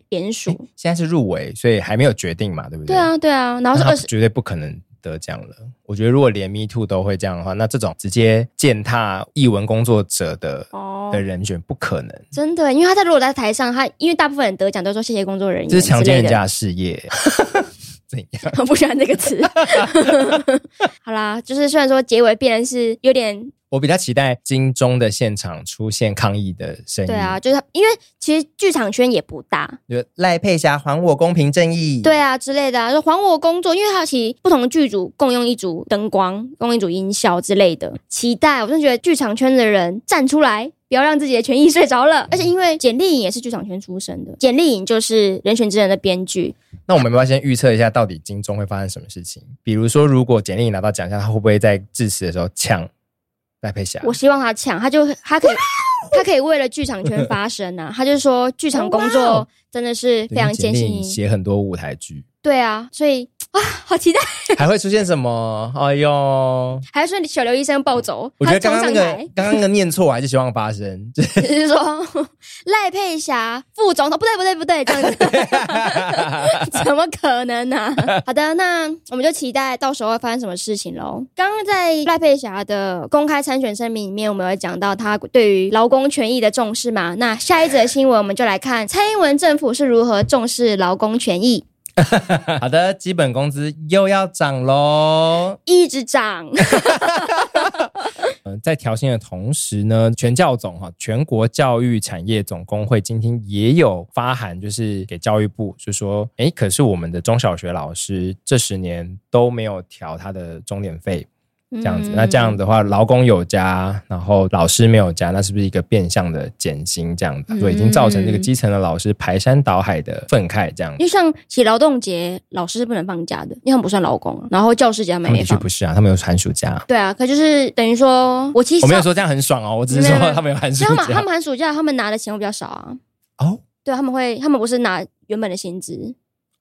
联署，现在是入围，所以还没有决定嘛，对不对？对。啊对啊，然那后是他二十绝对不可能得奖了。我觉得如果连 Me Too 都会这样的话，那这种直接践踏译文工作者的哦的，人选不可能，真的，因为他在如果在台上，他因为大部分人得奖都说谢谢工作人员，这是强奸人家。的事业，怎样？ 我不喜欢这个词。好啦，就是虽然说结尾变然是有点我比较期待金钟的现场出现抗议的声音。对啊，，就是因为其实剧场圈也不大，就赖佩霞还我公平正义。对啊之类的啊，就还我工作，因为它其实不同的剧组共用一组灯光、共用一组音效之类的。期待，我真的觉得剧场圈的人站出来。不要让自己的权益睡着了，而且因为简丽颖也是剧场圈出身的，简丽颖就是《人选之人》的编剧，那我们要不要先预测一下，到底金钟会发生什么事情？比如说，如果简历拿到奖项，他会不会在致辞的时候呛赖佩霞？我希望他抢，他就他可以，他可以为了剧场圈发声啊！他就说剧场工哇哦作真的是非常简艰历辛，写很多舞台剧，对啊，所以啊，好期待！还会出现什 么？哎呦，还说小刘医生暴走，我觉得他冲刚刚那上个台刚刚那个念错，我还是希望发生。 就是就是说 赖佩霞副总统，不对不对不对，这 样子，怎么可能呢、好的，那我们就期待到时候会发生什么事情喽。刚刚在赖佩霞的公开参选声明里面，我们有讲到她对于劳工权益的重视嘛？那下一则新闻我们就来看蔡英文政府是如何重视劳工权益，好的，基本工资又要涨喽。一直涨。嗯，在调薪的同时呢，全教总哈全国教育产业总工会今天也有发函，就是给教育部，就说，哎，可是我们的中小学老师这十年都没有调他的钟点费，这样嗯子，那这样的话，劳工有加，然后老师没有加，那是不是一个变相的减薪这样子？所以已经造成这个嗯基层的老师排山倒海的愤慨这样因。为像写劳动节，老师是不能放假的，因为他们不算劳工，然后教师节他他们们也的确放。不是啊，他们有寒暑假。对啊，可就是等于说，我其实我没有说这样很爽哦，我只是没有没说有他们有寒暑所以他们他假。们寒暑假他们拿的钱会比较少啊。哦，对，他们会他们不是拿原本的薪资，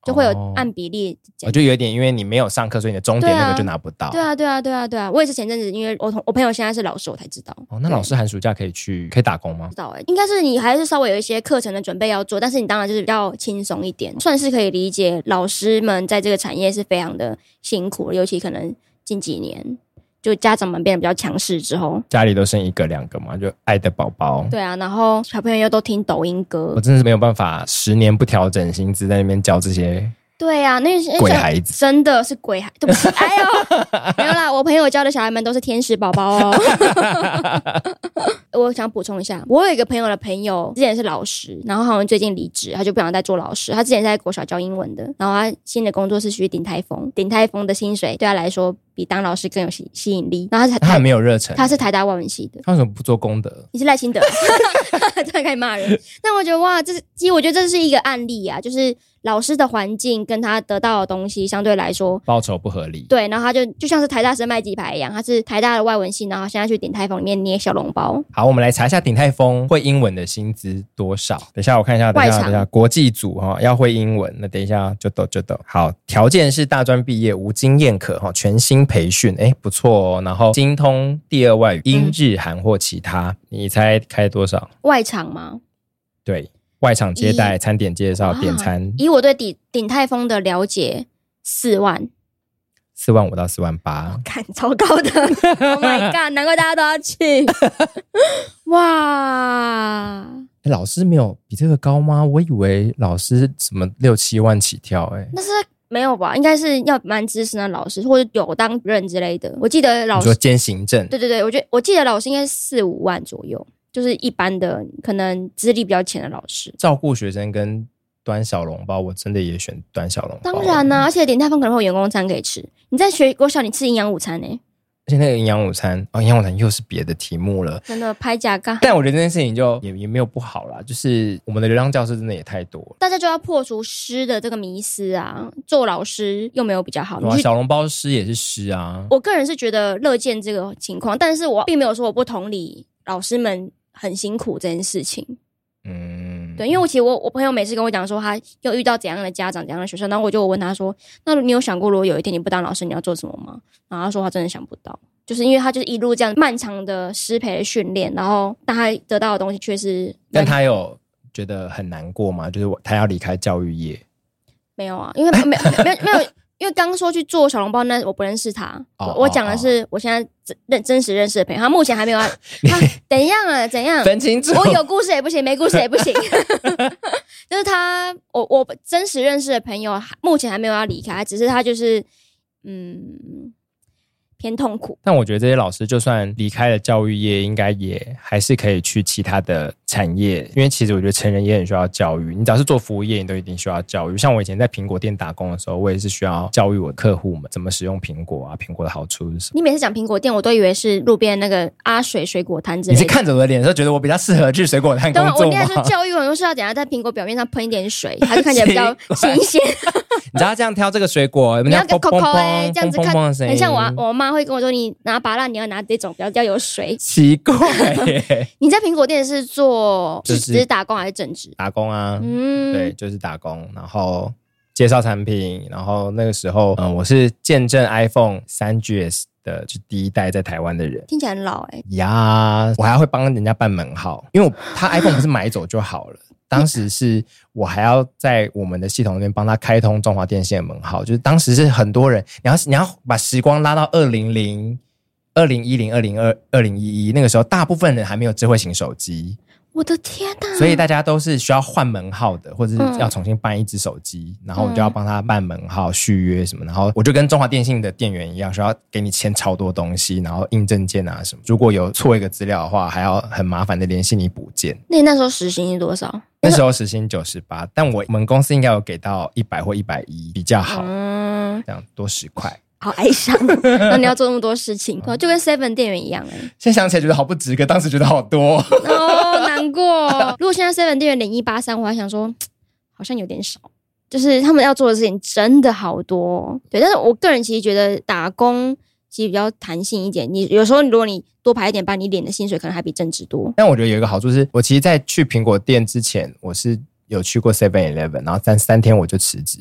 就会有哦按比例减。我就有一点，因为你没有上课，所以你的终点那个就拿不到。对啊，对啊，对啊，对啊！我也是前阵子，因为我同我朋友现在是老师，我才知道。哦，那老对师寒暑假可以去可以打工吗不知？道哎、应该是你还是稍微有一些课程的准备要做，但是你当然就是比较轻松一点，算是可以理解老师们在这个产业是非常的辛苦，尤其可能近几年就家长们变得比较强势之后，家里都生一个两个嘛，就爱的宝宝。对啊，然后小朋友又都听抖音歌我，真的是没有办法，十年不调整薪资，在那边教这些。对啊，那那鬼孩子真的是鬼孩，对不 起，哎呦，没有啦，我朋友教的小孩们都是天使宝 宝哦。我想补充一下，我有一个朋友的朋友之前是老师，然后好像最近离职，他就不想再做老师。他之前是在国小教英文的，然后他新的工作是去顶台风，顶台风的薪水对他来说比当老师更有吸吸引力。然后他是他台很没有热忱，他是台大外文系的，他为什么不做功德？你是赖清德， 突然开始骂人。但我觉得哇，这是其实我觉得这是一个案例啊，就是老师的环境跟他得到的东西相对来说。报酬不合理。对，然后他就就像是台大生卖鸡排一样，他是台大的外文系，然后现在去鼎泰丰里面捏小笼包。好，我们来查一下鼎泰丰会英文的薪资多少。等一下，我看一下，等一外下，场等一下，国际组哈、要会英文，那等一下就抖就抖。好，条件是大专毕业，无经验可哈、全新培训，哎，不错哦。然后精通第二外语，英嗯日韩或其他，你猜开多少？外场吗？对，外场接待、一餐点介绍、哇点餐以我对鼎鼎泰丰的了解，四万，四万五到四万八。看超高的 ，Oh my god！难怪大家都要去。 哇，诶老师没有比这个高吗？我以为老师什么六七万起跳、诶那是没有吧？应该是要蛮资深的老师，或者有当任之类的。我记得哎，老你说师，兼行政，对对对，我觉得我记得老师应该是四五万左右，就是一般的可能资历比较浅的老师。照顾学生跟端小笼包，我真的也选端小笼包。当然啊啦、而且鼎泰丰可能会有员工餐可以吃。你在学国小，你吃营养午餐呢、而且那个营养午餐，哦，营养午餐又是别的题目了。真的拍假干。但我觉得这件事情就也也没有不好啦，就是我们的流浪教师真的也太多了。大家就要破除师的这个迷思啊！做老师又没有比较好，对啊你去。哦小笼包师也是师啊，我个人是觉得乐见这个情况，但是我并没有说我不同理老师们很辛苦这件事情。嗯，对，因为我其实我我朋友每次跟我讲说他又遇到怎样的家长、怎样的学生，然后我就问他说：“那你有想过如果有一天你不当老师，你要做什么吗？”然后他说他真的想不到，就是因为他就是一路这样漫长的师培训练，然后但他得到的东西却是但他有觉得很难过嘛，就是我他要离开教育业没有啊，因为没有没有没有，因为刚说去做小笼包那我不认识他，哦我我讲的是我现在真认真实认识的朋友，他目前还没 有要，他怎样啊怎样？分清楚。我有故事也不行，没故事也不行。 就是他，我我真实认识的朋友，目前还没有要离开，只是他就是，嗯，偏痛苦。但我觉得这些老师就算离开了教育业，应该也还是可以去其他的产业，因为其实我觉得成人也很需要教育。你只要是做服务业，你都一定需要教育。像我以前在苹果店打工的时候，我也是需要教育我的客户们怎么使用苹果啊，苹果的好处是什么。你每次讲苹果店，我都以为是路边那个阿水水果摊之你类是的。看着我的脸，就觉得我比较适合去水果摊工当然，我作应吗该？说教育我们是要等下在苹果表面上喷一 点水，它就看起来比较新鲜。你知道这样挑这个水果，你那 要样个砰扣砰扣哎砰，这样子砰砰看砰的声音很像我啊我妈会跟我说，你拿芭乐你要拿这种比较比较有水。奇怪欸耶你在苹果店是做就是是只是打工还是正职？ 打工啊，嗯，对，，就是打工，然后介绍产品，然后那个时候，嗯，我是见证 iPhone 三 GS 的就第一代在台湾的人听起来很老哎、呀，我还会帮人家办门号，因为我他 iPhone 不是买走就好了。当时是我还要在我们的系统里面帮他开通中华电信的门号，就是当时是很多人，你要你要把时光拉到二零零、二零一零、二零二、二零一一那个时候，大部分人还没有智慧型手机，我的天哪、所以大家都是需要换门号的，或者是要重新办一只手机，然后我就要帮他办门号、续约什么。然后我就跟中华电信的店员一样，需要给你签超多东西，然后印证件啊什么。如果有错一个资料的话，还要很麻烦的联系你补件。那你那时候时薪是多少？那时候时薪九十八，但我们公司应该有给到一百或一百一比较好，嗯，这样多十块。好哀 伤，然后你要做那么多事情，就跟 Seven 店员一样哎、现在想起来觉得好不值，可当时觉得好多。 哦，难过。如果现在 Seven 店员领一八三，我还想说好像有点少，就是他们要做的事情真的好多哦。对，但是我个人其实觉得打工其实比较弹性一点。你有时候如果你多排一点班，你领的薪水可能还比正职多。但我觉得有一个好处是，我其实，在去苹果店之前，我是有去过 Seven Eleven，然后三三天我就辞职。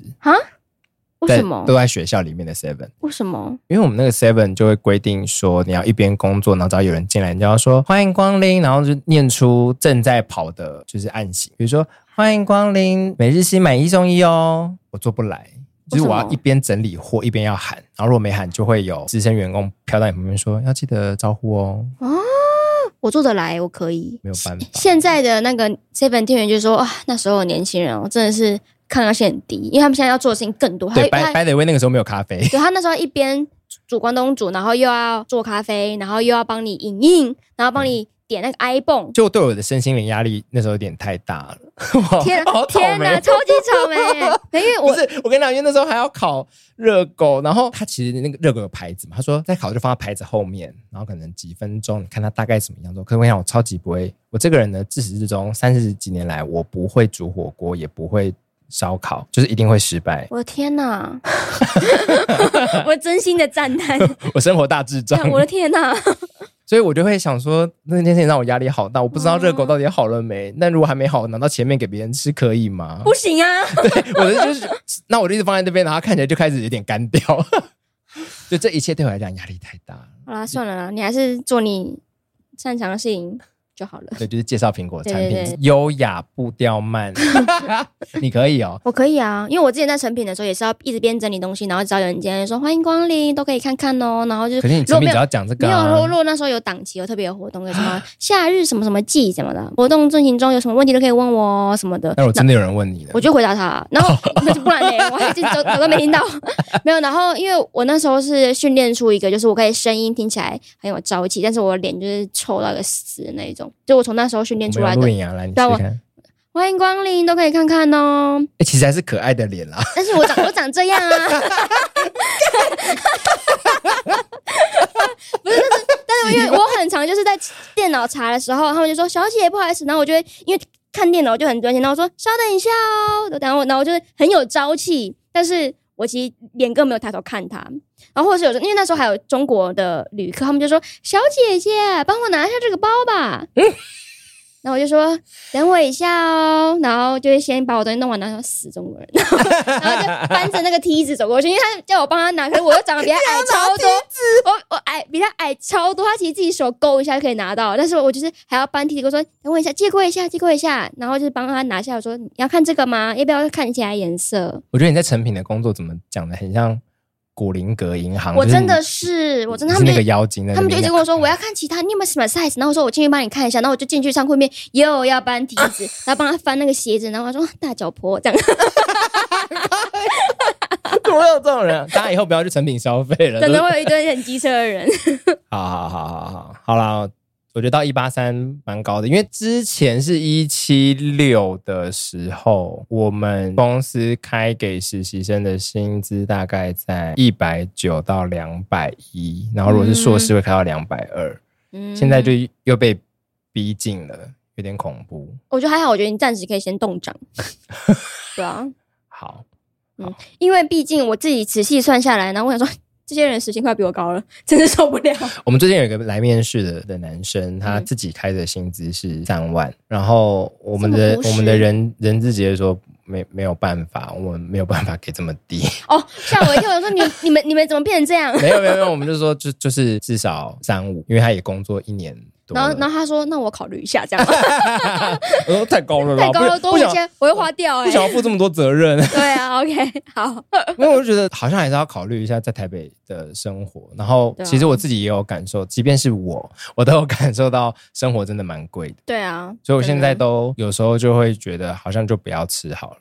为在什么都？在学校里面的 Seven，为什么？因为我们那个 Seven 就会规定说，你要一边工作，然后只要有人进来，你就要说欢迎光临，然后就念出正在跑的就是暗型，比如说欢迎光临，每日新买一送一哦，我做不来。就是我为什要么一边整理货一边要喊，然后如果没喊，就会有资深员工飘到你旁边说要记得招呼哦，我做得来，我可以。没有办法。现在的那个 Seven 店员就说啊，那时候的年轻人哦，真的是抗压性很低，因为他们现在要做的事情更多。对，他白他白德威那个时候没有咖啡， 对他那时候一边煮关东煮，然后又要做咖啡，然后又要帮你影印，然后帮你点那个 iPhone。就对我的身心灵压力那时候有点太大了。 哇天哦好倒啊天霉哪，超级草莓！ 因为不我是，我跟你讲，因为那时候还要烤热狗，然后他其实那个热狗有牌子嘛，他说在烤就放在牌子后面，然后可能几分钟，你看它大概什么样做。可是我跟你讲，我超级不会，我这个人呢，自始至终三十几年来，我不会煮火锅，也不会烧烤， 就是一定会失 败。我的天 哪，我真心的赞叹，我生活大智障，我的天哪！所以我就会想说，那件事情让我压力好大，我不知道热狗到底好了没。那如果还没好，拿到前面给别人吃可以吗？不行啊， 我的就是，那我就一直放在那边，然后看起来就开始有点干掉。 就这一切对我来讲压力太大了。好啦，算了啦，你还是做你擅长的事情就好了。对，就是介绍苹果产对对品，优雅步调慢， 你可以哦。我可以啊，因为我之前在成品的时候也是要一直边整理东西，然后只要有人进来就说欢迎光临，都可以看看哦。然后就是可是你如果产没品有只要讲这没个、有，如果啊如，果那时候有档期，有特别有活动，有什么夏日什么什么季什么的活动进行中，有什么问题都可以问我哦什 么的。那如果真的有人问你呢我？就回答他，然 后不然呢，我还就走走都没听到，没有。然后因为我那时候是训练出一个，就是我可以声音听起来很有朝气，但是我脸就是臭到一个死的那一种。就我从那时候训练我出们来有录的，影啊，来你试对啊试我看。欢迎光临，都可以看看哦。哎，其实还是可爱的脸啦，但是我长我长这样啊，不是，但是但是因为我很常就是在电脑查的时候，他们就说小姐不好意思，然后我就会因为看电脑就很专心，然后我说稍等一下哦，然后我然后我就是很有朝气，但是我其实脸根本没有抬头看他，然后或者是有时候因为那时候还有中国的旅客，他们就说小姐姐帮我拿一下这个包吧。然后我就说等我一下哦，然后就会先把我东西弄完，然后说死中国人，然后然后就搬着那个梯子走过去，因为他叫我帮他拿，可是我又长得比他矮超多，我我矮比他矮超多，他其实自己手勾一下就可以拿到，但是我就是还要搬梯子，我说等我一下，借过一下，借过一下，然后就是帮他拿下，我说你要看这个吗？要不要看起来颜色？我觉得你在成品的工作怎么讲的，很像古灵阁银行。我啊就是真你的是，我真的，他你们是那就个妖精在那边，啊他们就一直 跟我说我要看其他，你有没有什么 size？然后我说我进去帮你看一下，然后我就进去上柜面又要搬梯 子，然后帮他翻那个鞋子，然后他说大脚婆这样，怎么会有这种人啊？大家以后不要去成品消费了。可都是能会有一堆很机车的人。好好好好好，好啦，我觉得到一八三蛮高的，因为之前是一七六的时候，我们公司开给实习生的薪资大概在一百九到两百一，然后如果是硕士会开到两百二，嗯现在就又被逼近了，有点恐怖。我觉得还好，我觉得你暂时可以先动涨， 对啊，好，因为毕竟我自己仔细算下来，然后我想说，这些人时薪快比我高了，真是受不了。我们最近有一个来面试的的男嗯生，他自己开的薪资是三万，然后我们的这么朴实我们的人人资直接说没没有办法，我们没有办法给这么低， 哦，吓我一跳！我说你你们你们怎么变成这样？没有没有没有，我们就说就就是至少三五，因为他也工作一年多然了，后然后他说，那我考虑一下，这样 我说太高了啦，太高了，不多不我想些我会花掉哎、不想要负这么多责任， 对啊，OK，好，因为我就觉得好像还是要考虑一下在台北的生活。然后对啊其实我自己也有感受，即便是我，我都有感受到生活真的蛮贵的。对啊，所以我现在真的都有时候就会觉得好像就不要吃好了。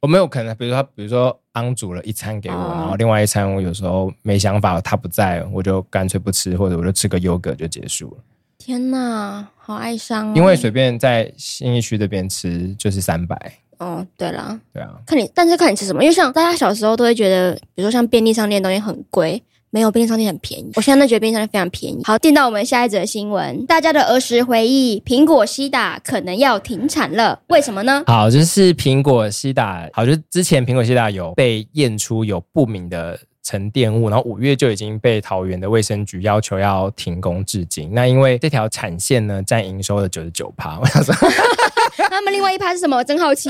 我没有可能，比如说他，比如说安煮了一餐给我，哦然后另外一餐我有时候没想法，他不在，我就干脆不吃，或者我就吃个优格就结束了。天哪，好哀伤、哦。因为随便在新义区这边吃就是三百，哦，对啦，对啊，看你，但是看你吃什么，因为像大家小时候都会觉得，比如说像便利商店的东西很贵。没有便利商店很便宜，我现在都觉得便利商店非常便宜。好，进到我们下一则新闻，大家的儿时回忆，苹果西打可能要停产了，为什 么呢？好，就是苹果西打，好，就是之前苹果西打有被验出有不明的沉淀物，然后五月就已经被桃园的卫生局要求要停工至今。那因为这条产线呢占营收的九十九趴，我想说，他们另外一趴是什么？我真好奇。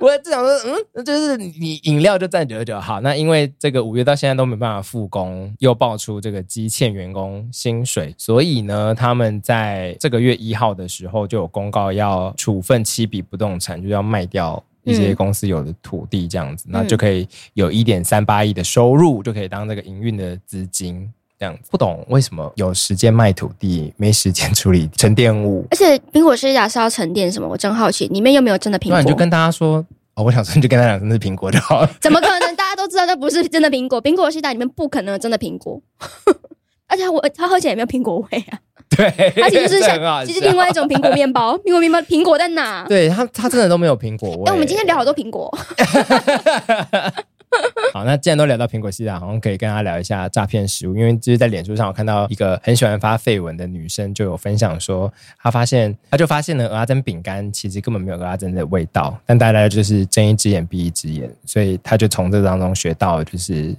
我就想说，嗯，就是你饮料就占九十九好，那因为这个五月到现在都没办法复工，又爆出这个积欠员工薪水，所以呢，他们在这个月一号的时候就有公告要处分七笔不动产，就要卖掉。一些嗯公司有的土地这样子，那就可以有一点三八亿的收入，就可以当这个营运的资金这样子。不懂为什么有时间卖土地，没时间处理沉淀物，而且苹果西打是要沉淀什么？我真好奇，里面有没有真的苹那你就果？跟大家说，哦，我想说你就跟他讲那是苹果就好了。怎么可能？大家都知道那不是真的苹果，苹果西打里面不可能有真的苹果。 而且我它喝起来也没有苹果味 啊，对，它其实就是这很好像，笑其实另外一种苹果面包， 苹果面包苹果在哪？对他，他真的都没有苹果味。哎、我们今天聊好多苹果， 好，那既然都聊到苹果西打，好像可以跟他聊一下诈骗食物，因为就是在脸书上我看到一个很喜欢发绯闻的女生就有分享说，她发现，她就发现了鹅仔煎饼干其实根本没有鹅仔煎的味道，但大家就是睁一只眼闭一只眼，所以她就从这当中学到就是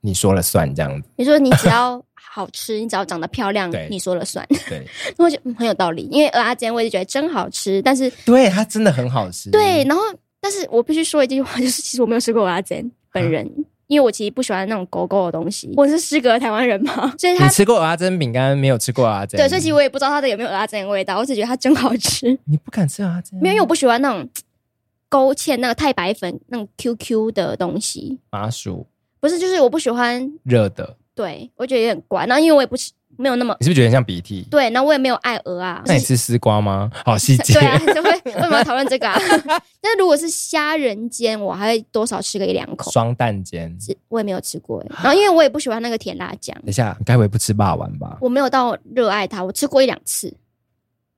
你说了算这样子。你说你只要好吃，你只要长得漂亮对，你说了算。 对，然后我就、嗯、很有道理，因为阿煎我也觉得真好吃，但是对，它真的很好吃。对，，然后但是我必须说一句话， 就是其实我没有吃过阿煎本人。因为我其实不喜欢那种狗狗的东西，我是失格的台湾人嘛，所以你它吃过鹅仔煎饼干没有吃过鹅仔煎？对，所以其实我也不知道它的有没有阿煎的味道，我只觉得它真好吃。你不敢吃鹅仔煎，没有，因为我不喜欢那种勾芡那个太白粉那种 QQ 的东西，麻薯不是，就是我不喜欢，热的，对我觉得有点怪。然后因为我也不吃，没有那么你是不是觉得很像鼻涕？对，啊那我也没有爱鹅啊。那你吃丝瓜吗？好细节 对。啊，就会为什么要讨论这个啊？ 但是如果是虾仁煎，我还会多少吃个一两口，双蛋煎，是我也没有吃过啊欸。然后因为我也不喜欢那个甜辣酱，等一下，你该不会不吃霸王吧？我没有到热爱它，我吃过一两次。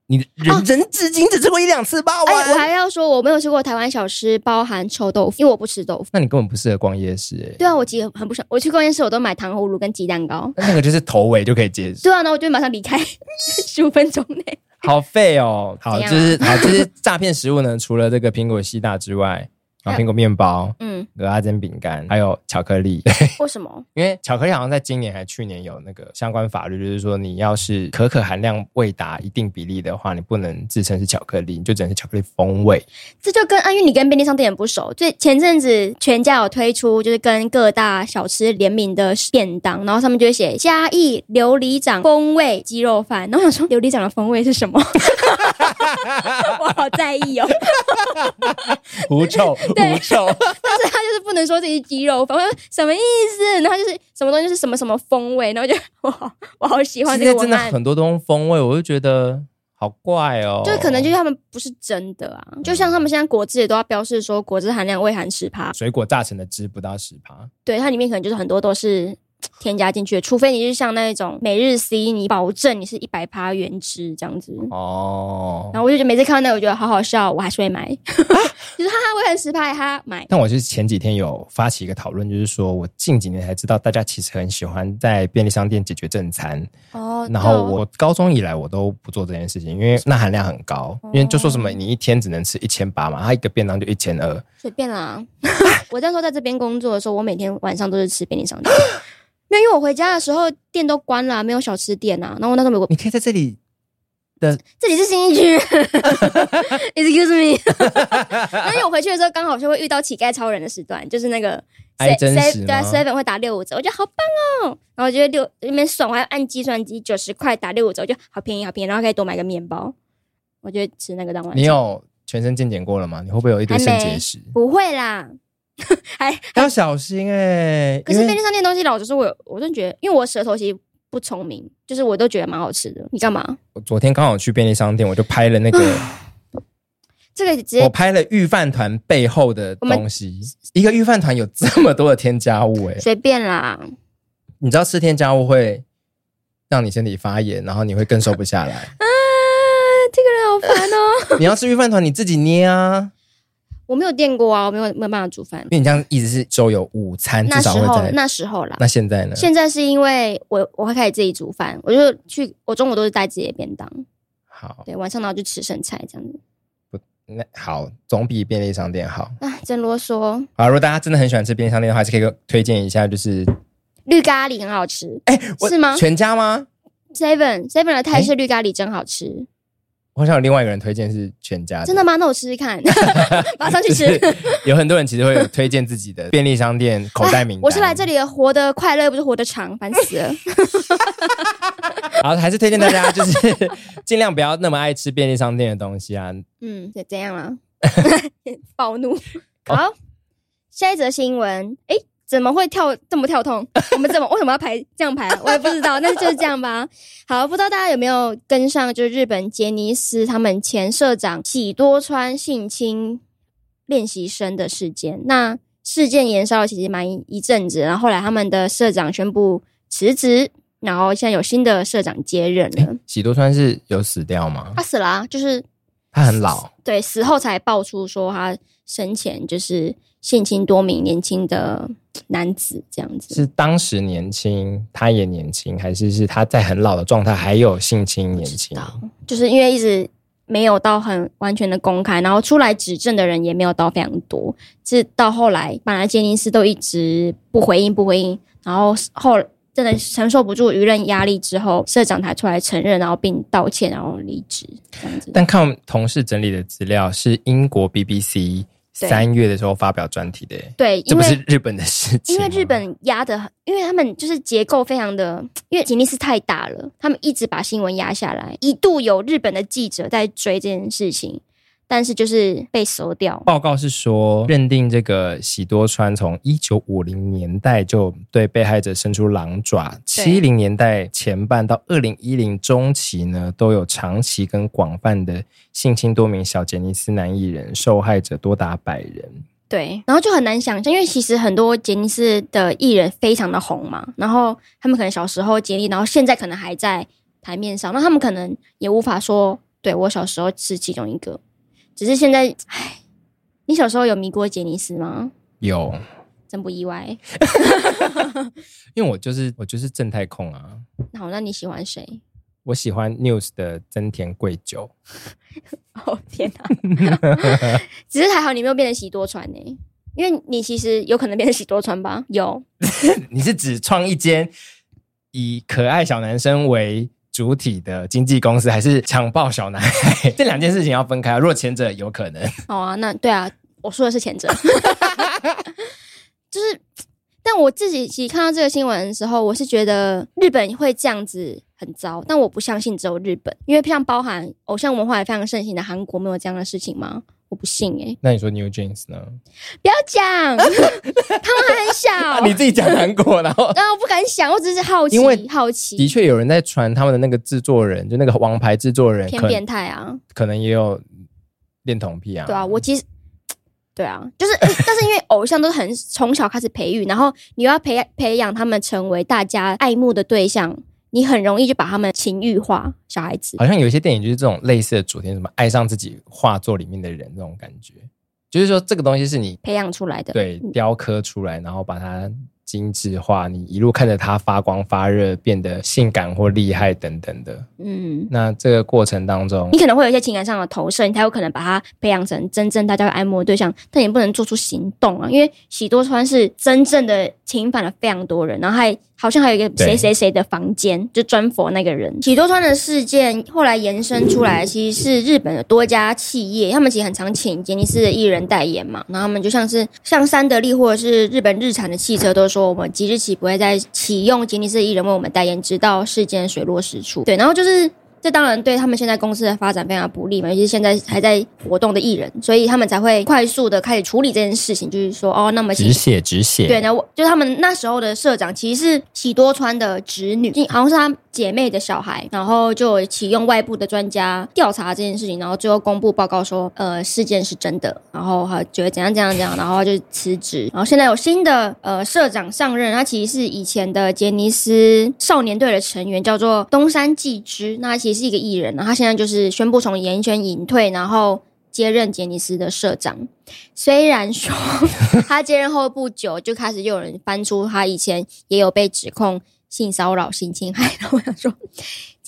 你人、啊人至今只吃过一两次霸哎，我还要说我没有吃过台湾小吃，包含臭豆腐，因为我不吃豆腐。那你根本不适合逛夜市、欸，对啊，我其实很不想，我去逛夜市我都买糖葫芦跟鸡蛋糕。那个就是头尾就可以结束，对啊，然后我就马上 离开，十五分钟内。好废哦。好，怎就样啊是好，就是诈骗食物呢， 除了这个苹果西大之外，然后苹果面包、嗯，鹅阿煎饼干，还有巧克力。 为什么？因为巧克力好像在今年还去年有那个相关法律，就是说你要是可可含量未达一定比例的话，你不能自称是巧克力，你就只能是巧克力风味。这就跟啊，因为你跟便利商店也不熟，所以前阵子全家有推出就是跟各大小吃联名的便当，然后上面就会写嘉义琉璃掌风味鸡肉饭，然后我想说琉璃掌的风味是 什么？我好在意哦， 狐臭，狐臭。但是他就是不能说自己是鸡肉饭，我说什么意思？然后就是什么东西就是什么什么风味，然后就我好我好喜欢现这在个真文的案，很多东风味，我就觉得好怪哦。就可能就是他们不是真的啊，就像他们现在果汁也都要标示说果汁含量未含十趴，水果榨成的汁不到十趴，对，它里面可能就是很多都是添加进去的，除非你是像那种每日 C，你保证你是一百趴原汁这样子。哦然。后我就觉得每次看到那个，我觉得好好笑，我还是会啊买， 就是哈哈，我很十趴，哈买。但我就是前几天有发起一个讨论，就是说我近几年才知道，大家其实很喜欢在便利商店解决正餐。哦，然后我高中以来我都不做这件事情，因为那含量很高。因为就说什么你一天只能吃一千八嘛，它一个便当就一千二，随便啦。 我那时候在这边工作的时候，我每天晚上都是吃便利商店， 没有，因为我回家的时候店都关了啊、没有小吃店啊。然后我那时候美国，你可以在这里这里是新一区 ，Excuse me。那因为我回去的时候刚好就会遇到乞丐超人的时段，就是那个挨真 se- 实 se- 对啊吗，seven 会打六五折，我觉得好棒哦。然后我觉得六那边爽，我还按计算机九十块打六五折，我觉得好便宜，好便宜。然后可以多买个面包，我觉得吃那个当晚餐。你有全身健检过了吗？你会不会有一堆肾结石？不会啦，还要小心哎、可因是为便利商店东西，老实说，我有我真的觉得，因为我舌头其实不聪明，就是我都觉得蛮好吃的。你干嘛？我昨天刚好去便利商店，我就拍了那个，这啊个直我接拍了御饭团背后的东西。一个御饭团有这么多的添加物哎、随便啦，你知道吃添加物会让你身体发炎，然后你会更瘦不下 来。啊，这个人好烦哦、你要吃御饭团，你自己捏啊，我没有电锅啊，我没有没有办法煮饭因。为你这样一直是周有午餐，那至时少会候在。那时候啦，那现在呢？现在是因为我我会开始自己煮饭，我就去我中午都是带自己的便当，好，对，晚上然后就吃剩菜这样子。那好，总比便利商店好。啊，真啰嗦，好，如果大家真的很喜欢吃便利商店的话，还是可以给我推荐一下，就是绿咖喱很好吃。哎、我是吗全哎家吗？ ？Seven Seven 的泰式绿咖喱真好吃，我想有另外一个人推荐是全家真的吗？那我试试看， 马上去就是吃。有很多人其实会有推荐自己的便利商店 口袋名单。 哎我是来这，里活得快乐，不是活得长，烦死了。然后还是推荐大家就是 尽量不要那么爱吃便利商店的东西啊。嗯，怎怎样啊？ 暴怒。 好，下一则新闻，诶，怎么会跳这么跳痛？我们怎么为什 么要排这样排啊？我也不知道，那就是这样吧。好，不知道大家有没有跟上，就是日本杰尼斯他们前社长喜多川性侵练习生的事件。那事件延烧了其实蛮一一阵子，然后后来他们的社长宣布辞职，然后现在有新的社长接任了。喜多川是有死掉吗？他死了、啊，就是他很老，对死后才爆出说他生前就是性侵多名年轻的男子这样子，是当时年轻，他也年轻，还是是他在很老的状态还有性侵年轻？就是因为一直没有到很完全的公开，然后出来指证的人也没有到非常多，是到后来本来杰尼斯都一直不回应不回应，然后后真的承受不住舆论压力之后，社长才出来承认，然后并道歉，然后离职这样子。但看我们同事整理的资料，是英国 BBC 对三月的时候发表专题的耶，对，这不因为。是日本的事情因吗，为日本压的，因为他们就是结构非常的，因为杰尼斯太大了，他们一直把新闻压下来，一度有日本的记者在追这件事情，但是就是被收掉。报告是说，认定这个喜多川从一九五零年代就对被害者伸出狼爪，七零年代前半到二零一零中期呢，都有长期跟广泛的性侵多名小杰尼斯男艺人，受害者多达百人。对，然后就很难想象，因为其实很多杰尼斯的艺人非常的红嘛，然后他们可能小时候经历，然后现在可能还在台面上，那他们可能也无法说，对我小时候是其中一个，只是现在，唉，你小时候有迷过杰尼斯吗？有，真不意外。因为我就是我就是正太控啊，那好，那你喜欢谁？我喜欢 News 的增田贵久。哦天哪、 只是还好你没有变成喜多川呢、因为你其实有可能变成喜多川吧？有，你是指创一间以可爱小男生为主体的经纪公司，还是强暴小男孩？ 这两件事情要分开。若前者有可能，好啊，那对啊，我说的是前者， 就是，但我自己其实看到这个新闻的时候，我是觉得日本会这样子很糟，但我不相信只有日本，因为像包含偶像文化也非常盛行的韩国，没有这样的事情吗？我不信哎、那你说 New Jeans 呢？不要讲，他们还很 小啊，，你自己讲韩国，然后然后我不敢想，我只是好奇因为，好的奇，确有人在传他们的那个制作人，就那个王牌制作人，偏可变能态啊，可能也有恋童癖啊。对啊，我其实。对啊，就是，诶但是因为偶像都是很从小开始培育，然后你又要培培养他们成为大家爱慕的对象，你很容易就把他们情欲化，小孩子。好像有一些电影就是这种类似的主题，什么爱上自己画作里面的人那种感觉，就是说这个东西是你培养出来的。嗯对雕刻出来，然后把它精致化，你一路看着它发光发热，变得性感或厉害等等的。嗯，那这个过程当中你，可能会有一些情感上的投射，你才有可能把它培养成真正大家会爱慕的对象，但你不能做出行动啊，因为喜多川是真正的侵犯了非常多人，然后还好像还有一个对谁谁谁的房间，就专佛那个人。喜多川的事件后来延伸出来，其实是日本的多家企业，他们其实很常请杰尼斯的艺人代言嘛，然后他们就像是像三得利或者是日本日产的汽车，都说我们即日起不会再启用杰尼斯的艺人为我们代言，直到事件水落石出。对，然后就是这当然对他们现在公司的发展非常不利嘛，尤其是现在还在活动的艺人，所以他们才会快速的开始处理这件事情，就是说哦，那么止血止血，对，那我就是他们那时候的社长其实是喜多川的侄女，好像是他姐妹的小孩，然后就启用外部的专家调查这件事情，然后最后公布报告说，呃，事件是真的，然后还觉得怎样怎样怎样，然后就辞职，然后现在有新的呃社长上任，他其实是以前的杰尼斯少年队的成员，叫做东山纪之，那他其实是一个艺人，然后他现在就是宣布从演艺圈隐退，然后接任杰尼斯的社长。虽然说他接任后不久，就开始又有人翻出他以前也有被指控性骚扰、性侵害，然后我想说，这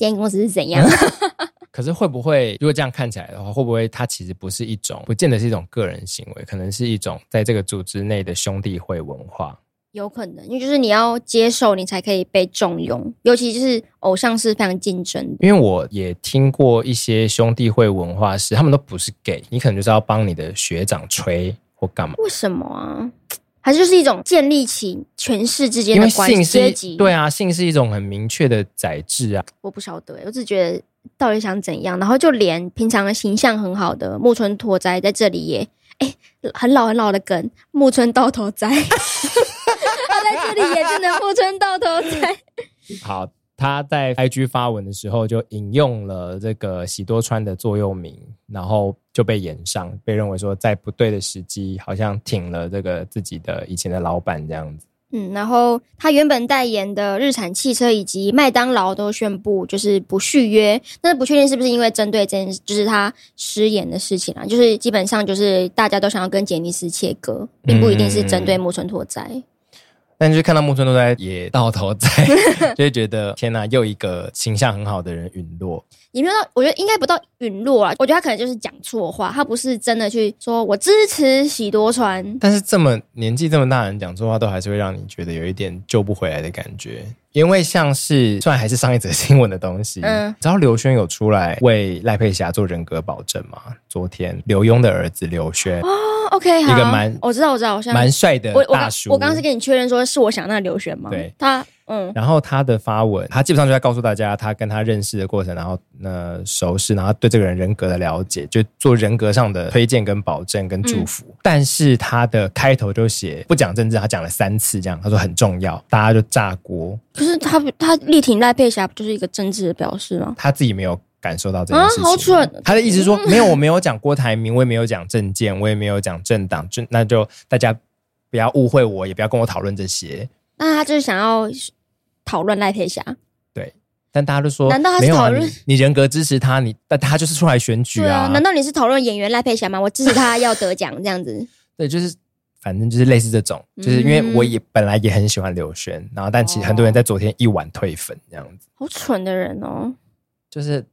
间公司是怎样？ 可是会不会，如果这样看起来的话，会不会它其实不是一种，不见得是一种个人行为，可能是一种在这个组织内的兄弟会文化？有可能，因为就是你要接受，你才可以被重用，尤其就是偶像是非常竞争的。因为我也听过一些兄弟会文化是，他们都不是 gay，你可能就是要帮你的学长吹或干嘛，为什么啊？还是就是一种建立起权势之间因为的关系性阶是级？对，啊，性是一种很明确的载制啊，我不晓得、欸我只觉得到底想怎样。然后就连平常形象很好的木村拓哉在这里也，哎、很老很老的梗，木村到头哉， 他在这里也真的木村到头哉。 好，他在 IG 发文的时候就引用了这个喜多川的座右铭，然后就被延上，被认为说在不对的时机好像挺了这个自己的以前的老板这样子。嗯，然后他原本代言的日产汽车以及麦当劳都宣布就是不续约，但是不确定是不是因为针对这件事，就是他失言的事情啊，就是基本上就是大家都想要跟杰尼斯切割，并不一定是针对木村拓哉。但就是看到木村拓哉也到头在， 就会觉得天哪，又一个形象很好的人陨落。也没有到，我觉得应该不到陨落啊。我觉得他可能就是讲错话，他不是真的去说我支持喜多川。但是这么年纪这么大的人讲错话，都还是会让你觉得有一点救不回来的感觉。因为像是虽然还是上一则新闻的东西，嗯嗯，知道刘轩有出来为赖佩霞做人格保证吗？昨天刘墉的儿子刘轩，哦，OK，好，一个蛮我知道，我知道，我现在蛮帅的我我大刚叔。我刚刚是跟你确认说是我想那个刘璇吗？对他嗯，然后他的发文，他基本上就在告诉大家他跟他认识的过程，然后呃熟识，然后对这个人人格的了解，就做人格上的推荐、跟保证、跟祝嗯福。但是他的开头就写不讲政治，他讲了三次，这样他说很重要，大家就炸锅。可是他他力挺赖佩霞，不就是一个政治的表示吗？他自己没有感受到这件事情。啊好蠢他的意思是说，没有，我没有讲郭台铭，我也没有讲政见，我也没有讲政党，就那就大家不要误会我，也不要跟我讨论这些。那他就是想要讨论赖佩霞，但大家都说，难道他是没有、啊、讨论你你人格支持他，你但他就是出来选举对啊？啊？难道你是讨论演员赖佩霞吗？我支持他要得奖这样子。对，就是反正就是类似这种，就是因嗯为我也本来也很喜欢刘轩，然后但其实很多哦人在昨天一晚退粉这样子， 好蠢的人哦！就是、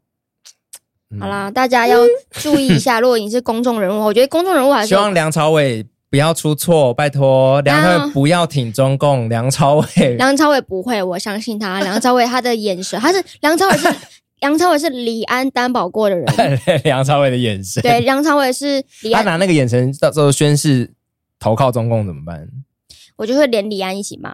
嗯好，啦，大家要注意一 下，如果你是公众人物，我觉得公众人物还是希有望梁朝伟。不要出错，拜托！梁朝伟不要挺中共，梁朝伟 梁朝伟不会，我相信他。梁朝伟他的眼神，他是 梁朝伟是梁朝伟是李安担保过的人，梁朝伟的眼神，对，梁朝伟是李他安，拿那个眼神到时候宣誓投靠中共怎么 办？我就会连李安一起骂。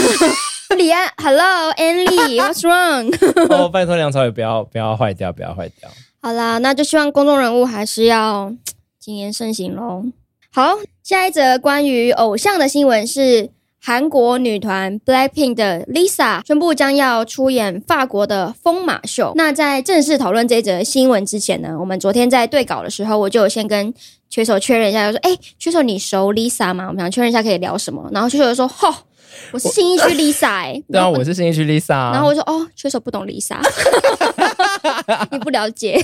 李安，Hello，Andy，What's wrong？哦，拜托梁朝伟不要不要坏掉，不要坏掉。好啦，那就希望公众人物还是要今年盛行喽。好，下一则关于偶像的新闻是。韩国女团 BLACKPINK 的 Lisa 宣布将要出演法国的疯马秀。那在正式讨论这则新闻之前呢，我们昨天在对稿的时候，我就有先跟缺手确认一下，就说：“哎、缺手你熟 Lisa 吗？我们想确认一下可以聊什么。”然后缺手就说：“吼，我是信义区 Lisa 哎、欸。”对啊，我是新一区 Lisa 啊。然后我就说：“哦，缺手不懂 Lisa，你不了解，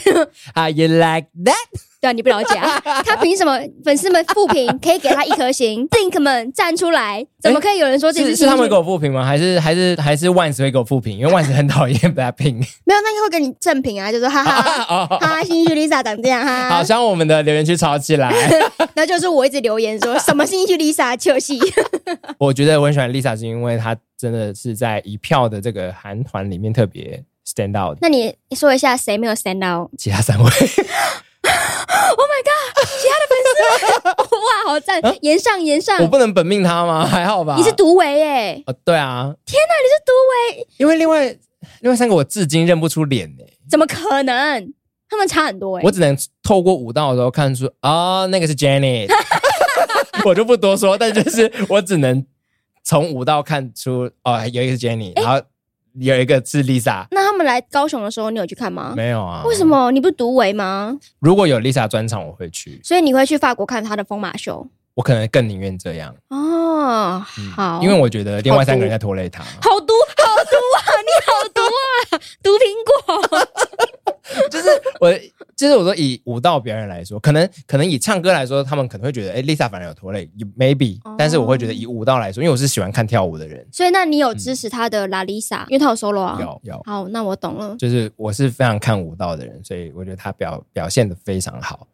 How you like that？对啊，你不了解 啊。他凭什么粉丝们复评可以给他一颗星？Think 们站出来，怎么可以有人说自己是信是义他们区会给我复评吗？还是还是还是万斯会给我复评？因为万斯很讨厌 Blackpink。没有，那应该会给你正品啊，就 说哈哈哈哦，哈，新一区 Lisa 长这样好，哈，想我们的留言区吵起来。 然后就是我一直留言说什么新一区 Lisa 秋夕，我觉得我很喜欢 Lisa，是因为她真的是在一票的这个韩团里面特别 stand out。那你说一下谁没有 stand out？其他三位， 哇，好赞！言上言 上我，不能本命她吗？还好吧。你是独唯耶，哦，对啊，你是独唯，因为另外另外三个我至今认不出脸欸呢、怎么可能？他们差很多哎我，只能透过舞蹈的时候看出啊、那个是 Janet，我就不多说，但就是我只能从舞蹈看出哦，有一个是 Jenny，、然后有一个是 Lisa，那他们来高雄的时候，你有去看吗？没有啊？为什？么你不是独唯吗？如果有 Lisa 专场，我会去，所以你会去法国看他的疯马秀我可能更宁愿这样，哦？好，嗯因为我觉得另外三个人在拖累她。 好毒，好毒啊！你好毒啊！毒苹果，就是我，就是我说以舞蹈表演来说，可能可能以唱歌来说，他们可能会觉得，哎、l i s a 反而有拖累也，maybe，哦但是我会觉得以舞蹈来说，因为我是喜欢看跳舞的人， 所以那你有支持他的拉丽莎，因为他有 solo 啊。嗯有有。好，那我懂了。就是我是非常看武道的人，所以我觉得他表表现的非常好。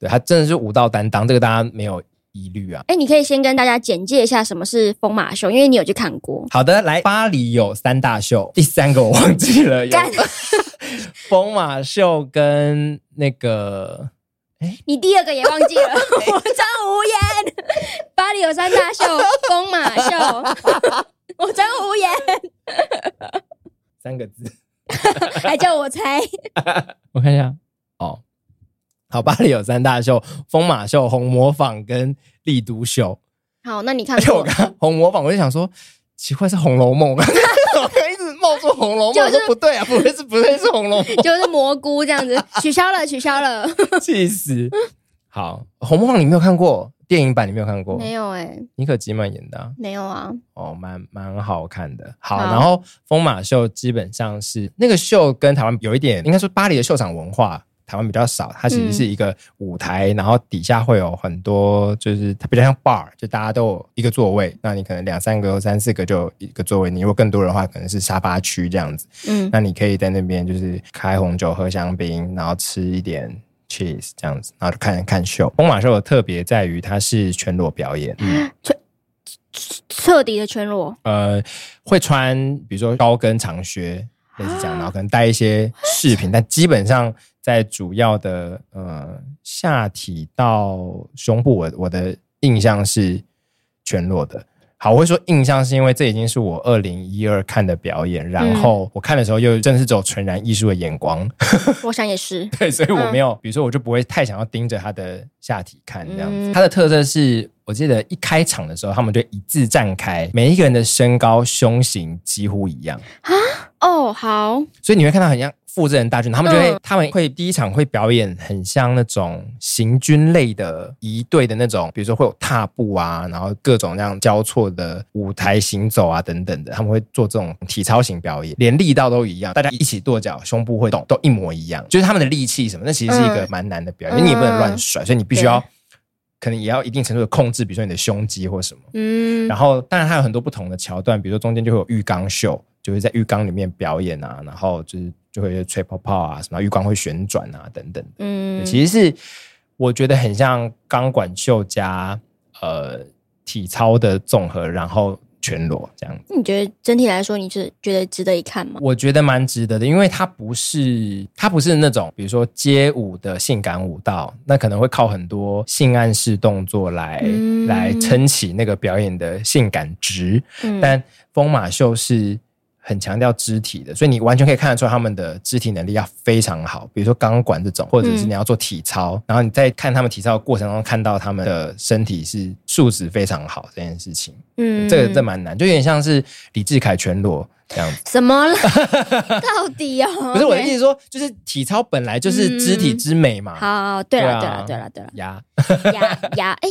对他真的是武道担当，这个大家没有疑虑啊。哎，你可以先跟大家简介一下什么是疯马秀，因为你有去看过。好的，来巴黎有三大秀，第三个我忘记了，有干 疯马秀跟那个你第二个也忘记了， 我张无言。巴黎有三大秀，疯马秀，我张无言，三个字，还叫我猜。我看一下哦。好，巴黎有三大秀：疯马秀、红模仿跟丽都秀。好，那你看而且我过刚？刚红模仿，我就想说，奇怪是《红楼梦》吗？ 我刚刚一直冒出《红楼梦》，就是我说不对啊，不会是不会是《红楼梦》就是蘑菇这样子，取消了，取 消了，气死！好，《红梦》你没有看过电影版，你没有看过，没有哎、妮可基曼演的啊、没有啊，哦，蛮蛮好看的。好，好然后《疯马秀》基本上是那个秀跟台湾有一点，应该说巴黎的秀场文化。台湾比较少，它其实嗯是一个舞台，然后底下会有很多，就是它比较像 bar，就大家都有一个座位，那你可能两三个、三四个就有一个座位，你如果更多的话，可能是沙发区这样子。嗯，那你可以在那边就是开红酒、喝香槟，然后吃一点 cheese 这样子，然后就看看秀。疯马秀的特别在于它是全裸表演，嗯、彻底的全裸，呃，会穿比如说高跟长靴类似这样，然后可能带一些饰品，但基本上在主要的呃下体到胸部，我我的印象是全裸的。好，我会说印象是因为这已经是我二零一二看的表演，然后我看的时候又真的是走纯然艺术的眼光，我想也是，对，所以我没有，比如说我就不会太想要盯着他的下体看这样子。嗯他的特色是我记得一开场的时候，他们就一字站开，每一个人的身高、胸型几乎一样，哦，好，所以你会看到很像复制人大军，他们就会、嗯他们会第一场会表演很像那种行军类的仪队的那种，比如说会有踏步啊，然后各种那样交错的舞台行走啊等等的，他们会做这种体操型表演，连力道都一样，大家一起跺脚，胸部会动，都一模一样，就是他们的力气什么，那其实是一个嗯蛮难的表演，因为你也不能乱甩，所以你必须要对可能也要一定程度的控制，比如说你的胸肌或什么。嗯然，后当然它有很多不同的桥段，比如说中间就会有浴缸秀，就会在浴缸里面表演啊，然后就是就会吹泡泡啊，什么浴缸会旋转啊等等。嗯，其实是我觉得很像钢管秀加呃体操的综合，然后全裸这样子，你觉得整体来说，你是觉得值得一看吗？我觉得蛮值得的，因为它不是它不是那种比如说街舞的性感舞蹈，那可能会靠很多性暗示动作来、嗯来撑起那个表演的性感值。嗯，但疯马秀是很强调肢体的，所以你完全可以看得出他们的肢体能力要非常好。比如说钢管这种，嗯或者是你要做体操，然后你在看他们体操的过程中看到他们的身体是素质非常好这件事情，嗯，这个这蛮难，就有点像是李志凯全裸这样子。什么 啦？到底哦？不是我的意思。思说，就是体操本来就是肢体之美嘛。嗯好，对了，对对了啊，对了，对了，呀，呀呀，哎，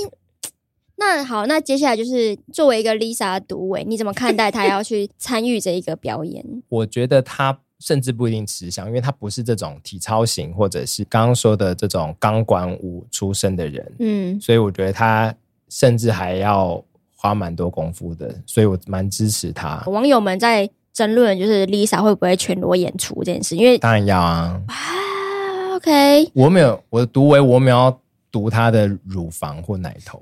那好，那接下来就是作为一个 Lisa 独尾，你怎么看待她要去参与这一个表演？我觉得他甚至不一定吃香，因为他不是这种体操型或者是刚刚说的这种钢管舞出身的人，嗯所以我觉得他甚至还要花蛮多功夫的，所以我蛮支持他。网友们在争论，就是 Lisa 会不会全裸演出这件事，因为当然要啊，啊，OK，我没有我的毒为我没有要毒他的乳房或奶头，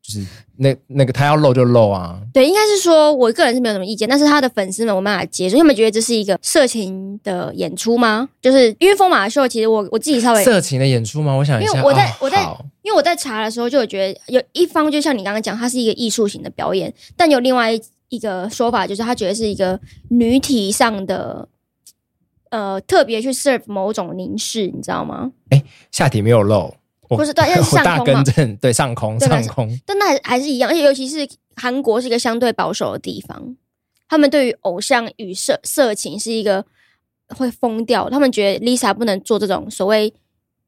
就是那那个他要露就露啊，对，应该是说我个人是没有什么意见，但是他的粉丝们我没办法接受，因为你们觉得这是一个色情的演出吗？就是因为疯马秀，其实我我自己稍微色情的演出吗？我想一因下，为我在哦我在好因为我在查的时候就有觉得，有一方就像你刚刚讲，它是一个艺术型的表演，但有另外一一个说法，就是他觉得是一个女体上的，呃，特别去 serve 某种凝视，你知道吗？下体没有露，我不是对但是 我上大空跟嘛正对上空对吧上空。但那还还是一样，而且尤其是韩国是一个相对保守的地方，他们对于偶像与色色情是一个会疯掉，他们觉得 Lisa 不能做这种所谓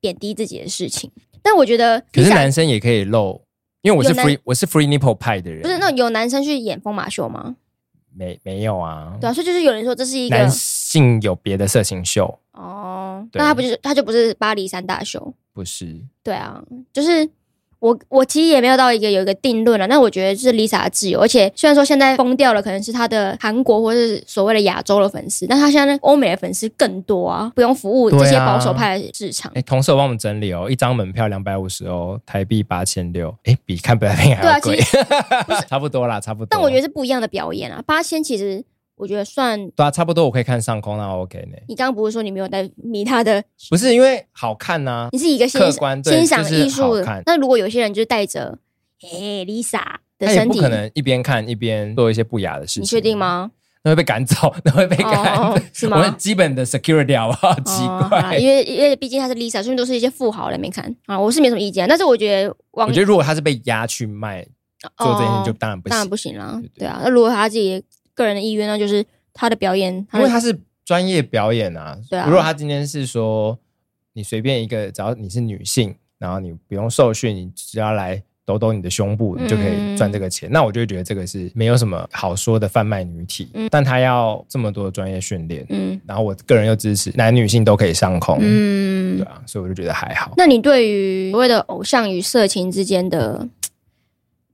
贬低自己的事情。但我觉得 Lisa 可是男生也可以露，因为我是有男 free 我是 free nipple 派的人，不是那有男生去演疯马秀吗？没没有啊，对啊，所以就是有人说这是一个男性有别的色情秀，哦，对那他不就是他就不是巴黎三大秀？不是对啊，就是我我其实也没有到一个有一个定论了，但我觉得是 Lisa 的自由，而且虽然说现在疯掉了，可能是她的韩国或是所谓的亚洲的粉丝，但她现在欧美的粉丝更多啊，不用服务这些对啊保守派的市场哎、。同事有帮我们整理哦，一张门票两百五十欧，台币八千六，哎，比看 Blackpink 还要对贵啊， 差不多啦，差不多。但我觉得得是不一样的表演啊，八千其实我觉得算。对啊，差不多我可以看上空，那 OK 呢？你刚刚不是说你没有在迷他的，不是因为好看啊呐、你是一个欣客赏观对欣赏就是艺术好的看。那如果有些人就是带着，哎，Lisa 的他也身不体可，能一边看一边做一些不雅的事情。你确定？吗？那会被赶走，那会被赶。哦哦是吗我们基本的 security 好不好？奇哦好啦怪。因为因为毕竟她是 Lisa，所以都是一些富豪来没看啊，我是没什么意见，但是我觉得网我觉得如果他是被压去卖做这件事，就当然不哦当行然，不行啦对，对对啊，那如果她自己个人的意愿，那就是她的表演，她因为的他是专业表演啊。对啊如果他今天是说你随便一个，只要你是女性，然后你不用受训，你只要来抖抖你的胸部，嗯你就可以赚这个钱，那我就会觉得这个是没有什么好说的贩卖女体。嗯但他要这么多的专业训练，嗯然后我个人又支持男女性都可以上空，对嗯。啊，所以我就觉得还好。那你对于所谓的偶像与色情之间的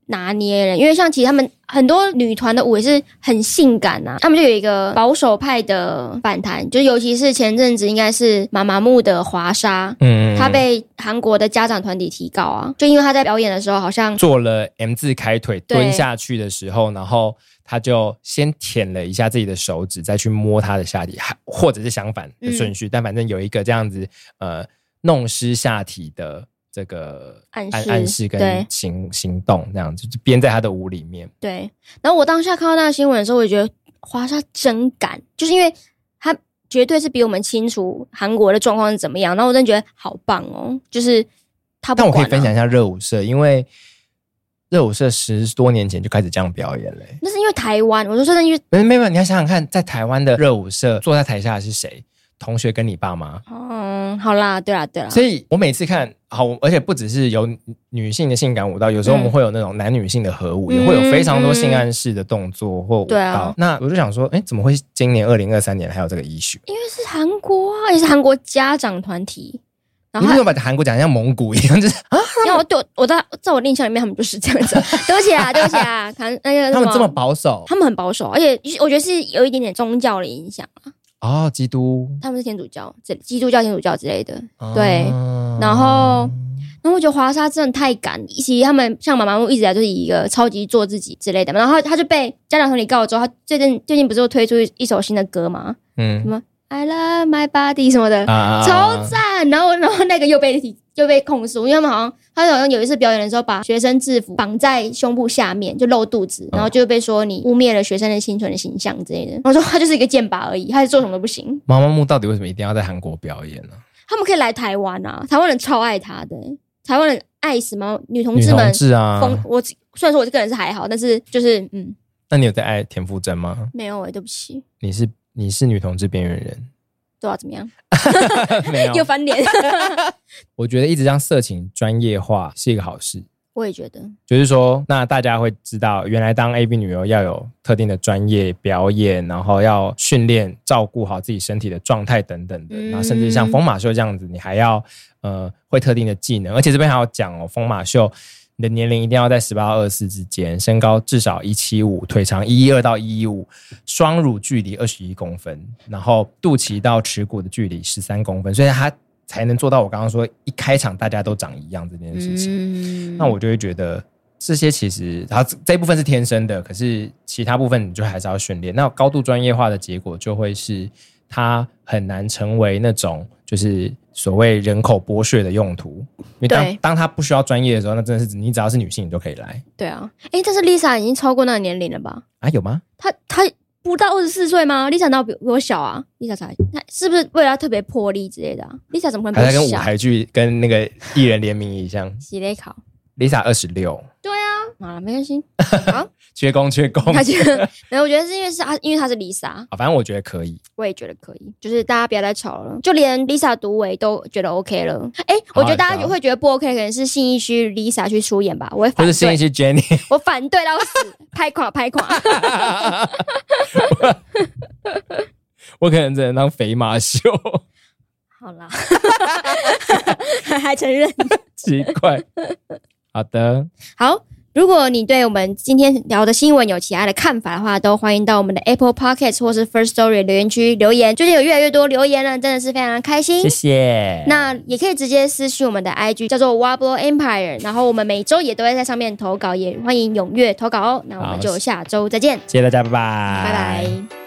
拿捏了？因为像其实他们很多女团的舞也是很性感啊，他们就有一个保守派的反弹，就尤其是前阵子应该是妈妈木的华莎，嗯他被韩国的家长团体提告啊，就因为他在表演的时候好像做了 M 字开腿对蹲下去的时候，然后他就先舔了一下自己的手指，再去摸他的下体，还或者是相反的顺嗯序，但反正有一个这样子呃弄湿下体的这个暗示暗暗示跟对行行动，这样子就编在他的舞里面。对，然后我当下看到那个新闻的时候，我也觉得华莎真敢，就是因为他绝对是比我们清楚韩国的状况是怎么样，然后我真的觉得好棒哦，就是他不但我管、啊。可以分享，一下热舞社，因为热舞社十多年前就开始这样表演了、欸。那是因为台湾，我就说那因为没没有，你要想想看，在台湾的热舞社坐在台下的是谁？同学跟你爸妈。嗯，好啦，对啦，对啦，所以我每次看好，而且不只是有女性的性感舞蹈，有时候嗯我们会有那种男女性的合舞，嗯也会有非常多性暗示的动作或舞蹈。对啊那我就想说，哎，怎么会今年二零二三年还有这个 issue？因为是韩国啊，也是韩国家长团体。然你后为还什么把韩国讲得像蒙古一样？就是啊，因为我对我我在在我的印象里面，他们不是 这样子。对不起啊，对不起啊，韩那个什他们这么保守他们很保守，而且我觉得是有一点点宗教的影响。哦，基督他们是天主教，这基督教、天主教之类的。啊对然后然后我觉得华莎真的太敢，其实他们像妈妈木一直以来就是以一个超级做自己之类的嘛。然后他就被家长团体告了之后，他最近最近不是又推出一首新的歌吗？嗯什么 I love my body 什么的，啊超赞。然后，然后那个又被又被控诉，因为他们好像他好像有一次表演的时候，把学生制服绑在胸部下面，就露肚子，然后就被说你污蔑了学生的清纯的形象之类的。我说他就是一个剑拔而已，他是做什么都不行。妈妈木到底为什么一定要在韩国表演呢、他们可以来台湾啊，台湾人超爱他的、欸台湾人爱死吗？女同女志们同志啊，疯。我虽然说我这个人是还好，但是就是嗯，那你有在爱田馥甄吗？没有哎、对不起，你是你是女同志边缘 人，对啊，怎么样？没有又。翻 脸，我觉得一直让色情专业化是一个好事，我也觉得。就是说，那大家会知道，原来当 AV 女优要有特定的专业表演，然后要训练、照顾好自己身体的状态等等的，嗯然后甚至像疯马秀这样子，你还要呃会特定的技能，而且这边还要讲哦，疯马秀。你的年龄一定要在十八到二十四之间，身高至少一七五，腿长一一二到一一五，双乳距离二十一公分，然后肚脐到耻骨的距离十三公分，所以它才能做到我刚刚说一开场大家都长一样这件事情。嗯那我就会觉得这些其实它这这一部分是天生的，可是其他部分你就还是要训练。那高度专业化的结果就会是它很难成为那种就是所谓人口剥削的用途，因为当对当它不需要专业的时候，那真的是你只要是女性你都可以来对啊，哎、但是 Lisa 已经超过那个年龄了吧？啊？有吗？她她不到二十四岁吗？Lisa 哪有比比我小啊？Lisa 才她是不是为了她特别魄力之类的、啊、？Lisa 怎么可还能在比跟我舞小？台剧跟那个艺人联名一样洗内考， ，Lisa 二十六，对啊，好了，没 关系。好，缺工缺工。她觉得没有，我觉得是因为是她，因为她是 Lisa，好，反正我觉得可以。我也觉得可以。就是大家不要再吵了，就连 Lisa 独尾都觉得 OK 了。哎、我觉得大好啊家会觉得不 OK，可能是信义区 Lisa 去出演吧，我会或反是新一对，期 Jenny，我反对到死，拍垮拍垮。 我可能只能当肥马秀。 好啦， 还承认。奇怪。好的， 好，如果你对我们今天聊的新闻有其他的看法的话，都欢迎到我们的 Apple Podcast 或是 First Story 留言区留言。最近有越来越多留言了，真的是非常开心谢。谢。那也可以直接私讯我们的 IG，叫做 Wablo Empire，然后我们每周也都会在上面投稿，也欢迎踊跃投稿哦。那我好们就下周再见，谢谢大家，拜拜，拜拜。